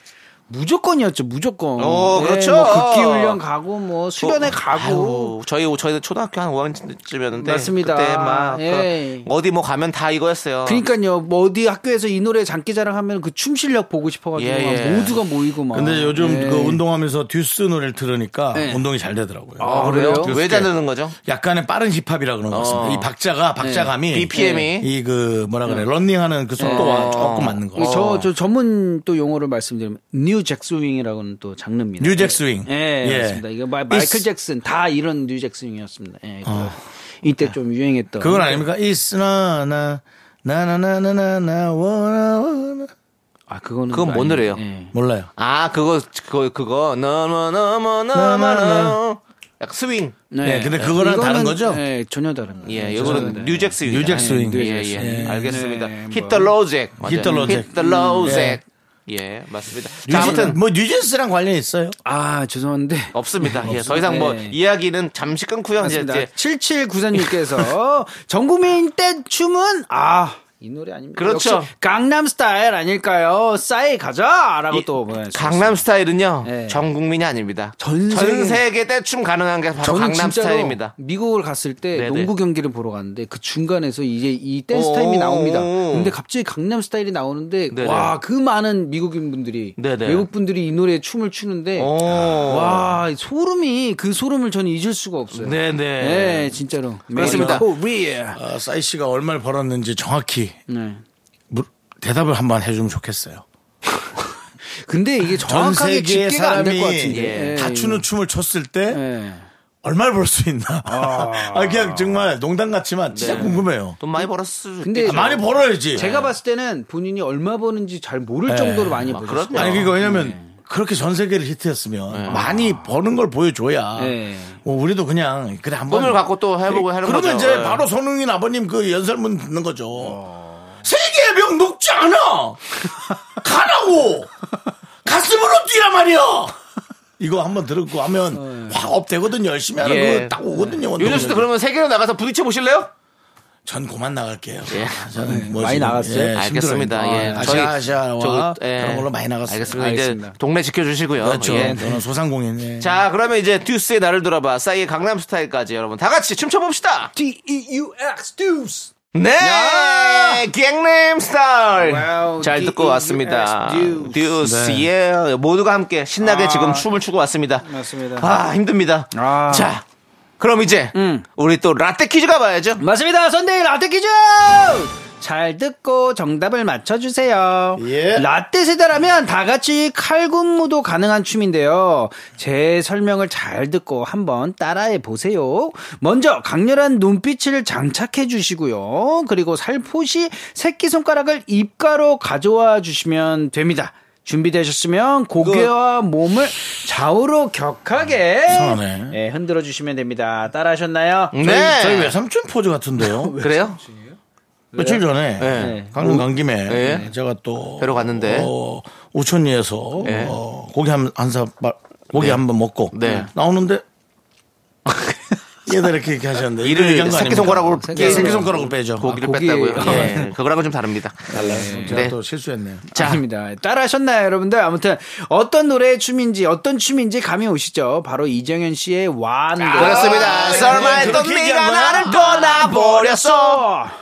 [SPEAKER 8] 무조건이었죠, 무조건.
[SPEAKER 2] 오,
[SPEAKER 8] 예,
[SPEAKER 2] 그렇죠. 어,
[SPEAKER 8] 뭐 극기훈련 가고, 뭐 수련회 가고.
[SPEAKER 2] 아유, 저희 저희는 초등학교 한 5학년쯤이었는데
[SPEAKER 8] 맞습니다.
[SPEAKER 2] 그때 막
[SPEAKER 8] 예.
[SPEAKER 2] 그 어디 뭐 가면 다 이거였어요.
[SPEAKER 8] 그러니까요, 뭐 어디 학교에서 이 노래 장기자랑 하면 그 춤 실력 보고 싶어가지고
[SPEAKER 2] 예,
[SPEAKER 8] 막
[SPEAKER 2] 예.
[SPEAKER 8] 모두가 모이고 막.
[SPEAKER 1] 근데 요즘
[SPEAKER 8] 예.
[SPEAKER 1] 그 운동하면서 듀스 노래를 들으니까
[SPEAKER 8] 네.
[SPEAKER 1] 운동이 잘 되더라고요.
[SPEAKER 2] 아, 그래요?
[SPEAKER 1] 듀스
[SPEAKER 2] 왜 자르는 거죠?
[SPEAKER 1] 약간의 빠른 힙합이라 그런 것 같습니다.
[SPEAKER 2] 어.
[SPEAKER 1] 이 박자가
[SPEAKER 8] 네.
[SPEAKER 1] 박자감이
[SPEAKER 2] BPM이?
[SPEAKER 1] 이 그 뭐라 그래 런닝하는 그 속도와
[SPEAKER 2] 어.
[SPEAKER 1] 조금 맞는 거.
[SPEAKER 8] 그 음. 저, 저 전문 또 용어를 말씀드리면 뉴 잭스윙이라고는 또 장르입니다.
[SPEAKER 1] 뉴잭 스윙.
[SPEAKER 8] 예,
[SPEAKER 1] 예.
[SPEAKER 8] 맞습니다. 이거 마, 마이클
[SPEAKER 1] It's-
[SPEAKER 8] 잭슨 다 이런 뉴 잭스윙이었습니다. 예, 그 이때 좀 유행했던.
[SPEAKER 1] 어. 그건 아닙니까? It's na na na na na na na na wanna, wanna.
[SPEAKER 8] 아, 그거는
[SPEAKER 2] 그건
[SPEAKER 8] 또
[SPEAKER 2] 뭔
[SPEAKER 8] 아니-
[SPEAKER 2] 노래예요?
[SPEAKER 8] 예.
[SPEAKER 1] 몰라요.
[SPEAKER 2] 아, 그거 그거 그거 너무 너무
[SPEAKER 1] 너무,
[SPEAKER 2] 너무
[SPEAKER 1] 너무.
[SPEAKER 2] 약간 스윙.
[SPEAKER 1] 네, 근데 그거랑
[SPEAKER 8] 예. 이거는,
[SPEAKER 1] 다른 거죠?
[SPEAKER 8] 예, 전혀 다른.
[SPEAKER 2] 예,
[SPEAKER 8] 거예요.
[SPEAKER 2] 이거는
[SPEAKER 8] 전혀 다른
[SPEAKER 2] 뉴잭 스윙.
[SPEAKER 1] 뉴잭 스윙.
[SPEAKER 2] 예,
[SPEAKER 1] 뉴잭
[SPEAKER 2] 예.
[SPEAKER 1] 스윙.
[SPEAKER 2] 알겠습니다.
[SPEAKER 8] 네,
[SPEAKER 2] Hit the low jack.
[SPEAKER 1] Hit the low jack.
[SPEAKER 2] Hit the low
[SPEAKER 1] 음,
[SPEAKER 2] jack. 예, 맞습니다.
[SPEAKER 1] 뉴
[SPEAKER 2] 자, 아무튼
[SPEAKER 1] 뭐 뉴진스랑 관련이 있어요?
[SPEAKER 8] 아, 죄송한데.
[SPEAKER 2] 없습니다. 예, 더 이상 뭐
[SPEAKER 8] 네.
[SPEAKER 2] 이야기는 잠시 끊고요. 이제,
[SPEAKER 8] 맞습니다.
[SPEAKER 2] 이제
[SPEAKER 8] 7794님께서 전국민 때 춤은 아, 이 노래 아닙니까?
[SPEAKER 2] 그렇죠.
[SPEAKER 8] 역시 강남 스타일 아닐까요? 싸이 가자라고
[SPEAKER 2] 이-
[SPEAKER 8] 또 보내주셨습니다.
[SPEAKER 2] 강남 스타일은요
[SPEAKER 8] 예.
[SPEAKER 2] 전 국민이 아닙니다.
[SPEAKER 8] 전 세계-
[SPEAKER 2] 전 세계 대춤 가능한 게 바로
[SPEAKER 8] 저는
[SPEAKER 2] 강남
[SPEAKER 8] 진짜로
[SPEAKER 2] 스타일입니다.
[SPEAKER 8] 미국을 갔을 때
[SPEAKER 2] 네네.
[SPEAKER 8] 농구 경기를 보러 갔는데 그 중간에서 이제 이 댄스 타임이
[SPEAKER 2] 오.
[SPEAKER 8] 나옵니다. 근데 갑자기 강남 스타일이 나오는데
[SPEAKER 2] 네네.
[SPEAKER 8] 와 그 많은 미국인 분들이
[SPEAKER 2] 네네.
[SPEAKER 8] 외국 분들이 이 노래에 춤을 추는데
[SPEAKER 2] 오.
[SPEAKER 8] 와 소름이 그 소름을 저는 잊을 수가 없어요.
[SPEAKER 2] 네네. 예.
[SPEAKER 8] 네, 진짜로.
[SPEAKER 2] 그렇습니다.
[SPEAKER 8] 코리아.
[SPEAKER 1] 아, 싸이 씨가 얼마를 벌었는지 정확히
[SPEAKER 8] 네.
[SPEAKER 1] 물- 대답을 한번 해주면 좋겠어요.
[SPEAKER 8] 근데 이게
[SPEAKER 1] 전
[SPEAKER 8] 정확하게
[SPEAKER 1] 세계
[SPEAKER 8] 집계가 안 될 것
[SPEAKER 1] 사람이
[SPEAKER 8] 같은데. 예.
[SPEAKER 1] 다 추는 춤을 췄을 때
[SPEAKER 8] 예.
[SPEAKER 1] 얼마를 벌 수 있나. 아, 그냥 정말 농담 같지만 진짜
[SPEAKER 2] 네.
[SPEAKER 1] 궁금해요.
[SPEAKER 2] 돈 많이 벌었을
[SPEAKER 8] 근데
[SPEAKER 1] 아, 많이 벌어야지.
[SPEAKER 2] 네.
[SPEAKER 8] 제가 봤을 때는 본인이 얼마 버는지 잘 모를
[SPEAKER 1] 네.
[SPEAKER 8] 정도로 많이
[SPEAKER 2] 아,
[SPEAKER 8] 벌었어요.
[SPEAKER 2] 그럼요.
[SPEAKER 1] 아니 그러니까 왜냐면
[SPEAKER 2] 네.
[SPEAKER 1] 그렇게 전 세계를 히트했으면 많이 버는 걸 보여줘야
[SPEAKER 8] 네.
[SPEAKER 1] 뭐 우리도 그냥 그래 한번
[SPEAKER 2] 꿈을 갖고 또 해보고 하는
[SPEAKER 1] 그러면
[SPEAKER 2] 거죠.
[SPEAKER 1] 이제
[SPEAKER 2] 예.
[SPEAKER 1] 바로 손흥민 아버님 그 연설문 듣는 거죠.
[SPEAKER 2] 어.
[SPEAKER 1] 세계의 병 녹지 않아. 가라고. 가슴으로 뛰란 말이야. 이거 한번 들었고 하면 확 업되거든 열심히 하는
[SPEAKER 2] 어, 예.
[SPEAKER 1] 거딱 오거든요. 원동력이.
[SPEAKER 2] 윤정 씨도 그러면 세계로 나가서 부딪혀 보실래요?
[SPEAKER 1] 전 그만 나갈게요.
[SPEAKER 2] 예.
[SPEAKER 1] 저는 뭐
[SPEAKER 8] 많이
[SPEAKER 1] 지금,
[SPEAKER 8] 나갔어요?
[SPEAKER 1] 예,
[SPEAKER 2] 알겠습니다.
[SPEAKER 1] 힘들어요.
[SPEAKER 2] 예.
[SPEAKER 1] 아,
[SPEAKER 2] 저희-
[SPEAKER 1] 아시아 아시아와
[SPEAKER 2] 저거, 예.
[SPEAKER 1] 그런 걸로 많이 나갔어요.
[SPEAKER 2] 알겠습니다.
[SPEAKER 8] 알겠습니다.
[SPEAKER 2] 이제 동네 지켜주시고요.
[SPEAKER 1] 그렇죠.
[SPEAKER 2] 예.
[SPEAKER 1] 저는 소상공인. 예.
[SPEAKER 2] 자, 그러면 이제 듀스의 나를 돌아봐. 싸이의 강남 스타일까지 여러분 다 같이 춤춰봅시다.
[SPEAKER 8] D E U X Deuce.
[SPEAKER 2] 네!
[SPEAKER 8] 야!
[SPEAKER 2] 갱남 스타일!
[SPEAKER 8] 와우,
[SPEAKER 2] 잘 듣고
[SPEAKER 8] D-E-U-S,
[SPEAKER 2] 왔습니다.
[SPEAKER 8] 듀스.
[SPEAKER 2] 듀스,
[SPEAKER 1] 네.
[SPEAKER 2] 예. 모두가 함께 신나게
[SPEAKER 8] 아.
[SPEAKER 2] 지금 춤을 추고 왔습니다.
[SPEAKER 8] 맞습니다.
[SPEAKER 2] 아, 힘듭니다.
[SPEAKER 8] 아.
[SPEAKER 2] 자, 그럼 이제
[SPEAKER 8] 음.
[SPEAKER 2] 우리 또 라떼 퀴즈 가봐야죠.
[SPEAKER 8] 맞습니다. 선데이 라떼 퀴즈! 잘 듣고 정답을 맞춰주세요.
[SPEAKER 1] 예.
[SPEAKER 8] 라떼 세대라면 다 같이 칼군무도 가능한 춤인데요. 제 설명을 잘 듣고 한번 따라해 보세요. 먼저 강렬한 눈빛을 장착해 주시고요. 그리고 살포시 새끼손가락을 입가로 가져와 주시면 됩니다. 준비되셨으면 고개와 몸을 좌우로 격하게
[SPEAKER 1] 아, 이상하네.
[SPEAKER 8] 예, 흔들어 주시면 됩니다. 따라하셨나요?
[SPEAKER 2] 네.
[SPEAKER 1] 저희 외삼촌 포즈 같은데요.
[SPEAKER 2] 그래요?
[SPEAKER 1] 며칠 전에
[SPEAKER 2] 네.
[SPEAKER 1] 강릉 간 김에
[SPEAKER 2] 네.
[SPEAKER 1] 제가 또
[SPEAKER 2] 뵈러 갔는데.
[SPEAKER 1] 어, 우천리에서
[SPEAKER 2] 네.
[SPEAKER 1] 어, 고기 한한사 고기 한 번 먹고
[SPEAKER 2] 네.
[SPEAKER 1] 나오는데 얘들 이렇게 이렇게 하셨는데 이런
[SPEAKER 2] 이를
[SPEAKER 1] 얘기한 거
[SPEAKER 2] 새끼손가락으로
[SPEAKER 1] 아닙니까? 아. 예, 새끼손가락으로 빼죠.
[SPEAKER 2] 고기를
[SPEAKER 8] 고기-
[SPEAKER 2] 뺐다고요?
[SPEAKER 8] 예.
[SPEAKER 2] 예. 그거랑은 좀 다릅니다.
[SPEAKER 1] 아, 제가
[SPEAKER 2] 네.
[SPEAKER 1] 또 실수했네요.
[SPEAKER 2] 자.
[SPEAKER 8] 아닙니다. 따라하셨나요, 여러분들? 아무튼 어떤 노래의 춤인지 어떤 춤인지 감이 오시죠? 바로 이정현 씨의 아, 완.
[SPEAKER 2] 아, 그렇습니다.
[SPEAKER 8] 예.
[SPEAKER 2] 썰마의 또
[SPEAKER 1] 그렇게
[SPEAKER 2] 네가
[SPEAKER 1] 얘기한 거야?
[SPEAKER 2] 나를 떠나버렸어.
[SPEAKER 8] 아,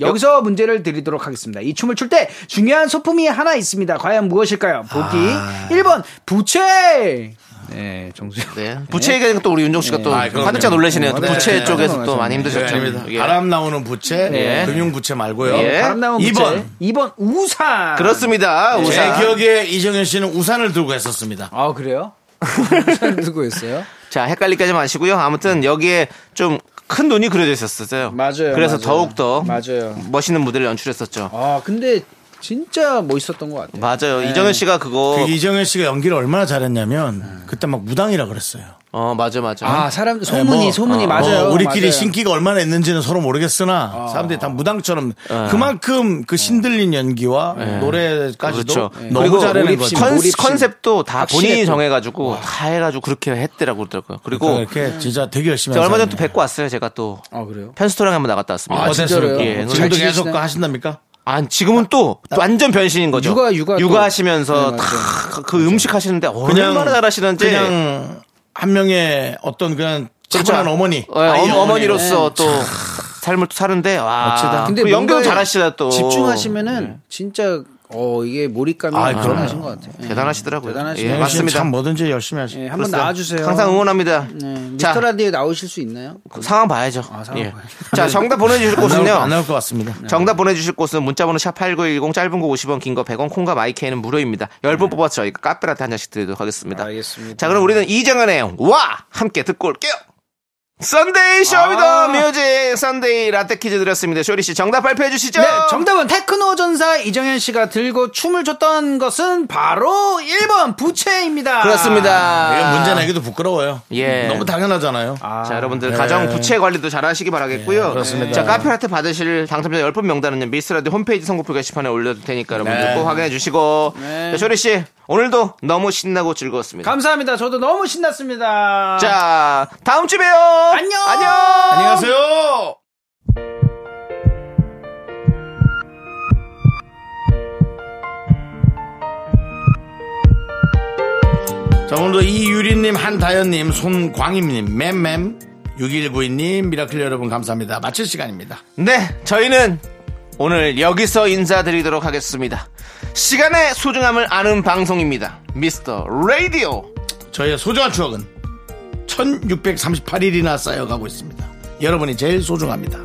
[SPEAKER 8] 여기서 문제를 드리도록 하겠습니다. 이 춤을 출 때 중요한 소품이 하나 있습니다. 과연 무엇일까요? 보기
[SPEAKER 2] 아.
[SPEAKER 8] 1번 부채. 네, 정수영.
[SPEAKER 2] 네. 부채 얘기하니까 또 우리 윤종 씨가 또
[SPEAKER 1] 아, 그럼요.
[SPEAKER 2] 화들짝 놀라시네요. 또
[SPEAKER 1] 네,
[SPEAKER 2] 부채
[SPEAKER 1] 네,
[SPEAKER 2] 쪽에서 또
[SPEAKER 8] 네,
[SPEAKER 2] 많이 힘드셨죠.
[SPEAKER 1] 아닙니다.
[SPEAKER 2] 예.
[SPEAKER 1] 바람 나오는 부채,
[SPEAKER 2] 예.
[SPEAKER 1] 금융 부채 말고요.
[SPEAKER 2] 예.
[SPEAKER 8] 바람 나온 부채.
[SPEAKER 1] 2번.
[SPEAKER 8] 2번 우산.
[SPEAKER 2] 그렇습니다.
[SPEAKER 1] 제
[SPEAKER 2] 우산.
[SPEAKER 1] 기억에 이정현 씨는 우산을 들고 했었습니다.
[SPEAKER 8] 아, 그래요? 우산 누구 했어요?
[SPEAKER 2] 자, 헷갈리까지 마시고요. 아무튼 여기에 좀 큰 눈이 그려져 있었어요.
[SPEAKER 8] 네. 맞아요,
[SPEAKER 2] 그래서
[SPEAKER 8] 맞아요.
[SPEAKER 2] 더욱더
[SPEAKER 8] 맞아요.
[SPEAKER 2] 멋있는 무대를 연출했었죠.
[SPEAKER 8] 아, 근데 진짜 멋있었던 것 같아요.
[SPEAKER 2] 맞아요. 이정현 씨가 그거
[SPEAKER 1] 그 이정현 씨가 연기를 얼마나
[SPEAKER 2] 음.
[SPEAKER 1] 잘했냐면 그때 막 무당이라 그랬어요.
[SPEAKER 2] 어, 맞아 맞아.
[SPEAKER 8] 아, 사람 소문이
[SPEAKER 1] 네, 뭐,
[SPEAKER 8] 소문이
[SPEAKER 1] 어,
[SPEAKER 8] 맞아요.
[SPEAKER 1] 뭐 우리끼리
[SPEAKER 8] 맞아요.
[SPEAKER 1] 신기가 얼마나 있는지는 서로 모르겠으나
[SPEAKER 2] 어.
[SPEAKER 1] 사람들이 다 무당처럼
[SPEAKER 2] 네.
[SPEAKER 1] 그만큼 그 신들린 연기와 노래까지도
[SPEAKER 2] 그렇죠.
[SPEAKER 1] 너무
[SPEAKER 2] 그리고
[SPEAKER 1] 잘하는
[SPEAKER 8] 몰입심,
[SPEAKER 1] 거죠.
[SPEAKER 2] 컨,
[SPEAKER 8] 몰입심. 아,
[SPEAKER 2] 컨셉도 다 본인이
[SPEAKER 8] 확실했고.
[SPEAKER 2] 정해가지고 다 해가지고 그렇게 했더라고 그러더라고요.
[SPEAKER 1] 그러니까
[SPEAKER 2] 그리고
[SPEAKER 1] 이렇게 진짜 되게 열심히
[SPEAKER 2] 제가 얼마 전에 또
[SPEAKER 1] 하잖아요.
[SPEAKER 2] 뵙고 왔어요. 제가 또
[SPEAKER 8] 아, 그래요?
[SPEAKER 2] 편스토랑 한번 나갔다 왔습니다.
[SPEAKER 1] 어, 됐어요.
[SPEAKER 8] 아, 진짜로요?
[SPEAKER 1] 예,
[SPEAKER 2] 잘
[SPEAKER 1] 지금도
[SPEAKER 8] 지내시나요?
[SPEAKER 1] 계속 그거 하신답니까?
[SPEAKER 2] 아, 지금은 또, 또 완전 변신인 거죠.
[SPEAKER 8] 육아, 육아 또.
[SPEAKER 2] 하시면서
[SPEAKER 8] 네,
[SPEAKER 2] 다
[SPEAKER 8] 맞아요.
[SPEAKER 2] 그 음식 하시는데 얼마나 잘하시는지
[SPEAKER 1] 그냥 한 명의 어떤 그냥
[SPEAKER 2] 네. 그렇죠.
[SPEAKER 1] 차분한 어머니, 네.
[SPEAKER 2] 어,
[SPEAKER 1] 아이
[SPEAKER 2] 머니로서또 삶을 또 사는데 와.
[SPEAKER 8] 근데
[SPEAKER 2] 그 연기도
[SPEAKER 8] 뭔가에
[SPEAKER 2] 잘하시다 또 네.
[SPEAKER 8] 집중하시면은 진짜 어 이게 몰입감이
[SPEAKER 1] 아, 그럼요.
[SPEAKER 8] 대단하신 것 같아요. 예.
[SPEAKER 2] 대단하시더라고요.
[SPEAKER 8] 대단하시네요.
[SPEAKER 1] 예,
[SPEAKER 2] 예,
[SPEAKER 1] 맞습니다.
[SPEAKER 2] 맞습니다.
[SPEAKER 1] 참 뭐든지 열심히 하시.
[SPEAKER 8] 예,
[SPEAKER 1] 예.
[SPEAKER 8] 한번
[SPEAKER 2] 네, 그렇습니다.
[SPEAKER 8] 나와주세요.
[SPEAKER 2] 항상 응원합니다.
[SPEAKER 8] 네,
[SPEAKER 2] 자,
[SPEAKER 8] 미스터 라디오에 나오실 수 있나요?
[SPEAKER 2] 그 상황 봐야죠.
[SPEAKER 8] 상황
[SPEAKER 2] 예.
[SPEAKER 8] 봐야죠.
[SPEAKER 2] 자, 정답 보내주실
[SPEAKER 1] 안 나올,
[SPEAKER 2] 곳은요.
[SPEAKER 1] 안 나올 것 같습니다.
[SPEAKER 8] 네.
[SPEAKER 2] 정답 보내주실 곳은 문자번호 샵8910 짧은 거 50원 긴 거 100원 콩과 마이케이는 무료입니다 10분 뽑아서 저희가 카페라테 한 잔씩 드리도록 하겠습니다
[SPEAKER 8] 네. 알겠습니다.
[SPEAKER 2] 자 그럼 우리는 이정현의 와 함께 듣고 올게요 썬데이 쇼미더
[SPEAKER 8] 아.
[SPEAKER 2] 뮤직 썬데이 라떼 퀴즈 드렸습니다 쇼리씨 정답 발표해 주시죠
[SPEAKER 8] 네, 정답은 테크노 전사 이정현 씨가 들고 춤을 췄던 것은 바로 1번 부채입니다.
[SPEAKER 2] 그렇습니다
[SPEAKER 1] 아, 이건 문제 내기도 부끄러워요.
[SPEAKER 2] 예.
[SPEAKER 1] 너무 당연하잖아요. 네. 예,
[SPEAKER 2] 자 여러분들 가정 부채 관리도 잘 하시기 바라겠고요
[SPEAKER 1] 그렇습니다.
[SPEAKER 2] 자 카페라테 받으실 당첨자 10분 명단은요 미스라디 홈페이지 선곡표 게시판에 올려둘 테니까 여러분들
[SPEAKER 1] 네.
[SPEAKER 2] 꼭 확인해 주시고
[SPEAKER 8] 네.
[SPEAKER 2] 자, 쇼리씨 오늘도 너무 신나고 즐거웠습니다
[SPEAKER 8] 감사합니다. 저도 너무 신났습니다.
[SPEAKER 2] 자, 다음 주에 봬요.
[SPEAKER 8] 안녕.
[SPEAKER 2] 안녕.
[SPEAKER 1] 안녕하세요. 자, 오늘도 이유리님, 한다연님, 손광임님, 맴맴, 6192님, 미라클 여러분 감사합니다. 마칠 시간입니다.
[SPEAKER 2] 네, 저희는 오늘 여기서 인사드리도록 하겠습니다. 시간의 소중함을 아는 방송입니다. 미스터 라디오.
[SPEAKER 1] 저의 소중한 추억은 1638일이나 쌓여가고 있습니다. 여러분이 제일 소중합니다.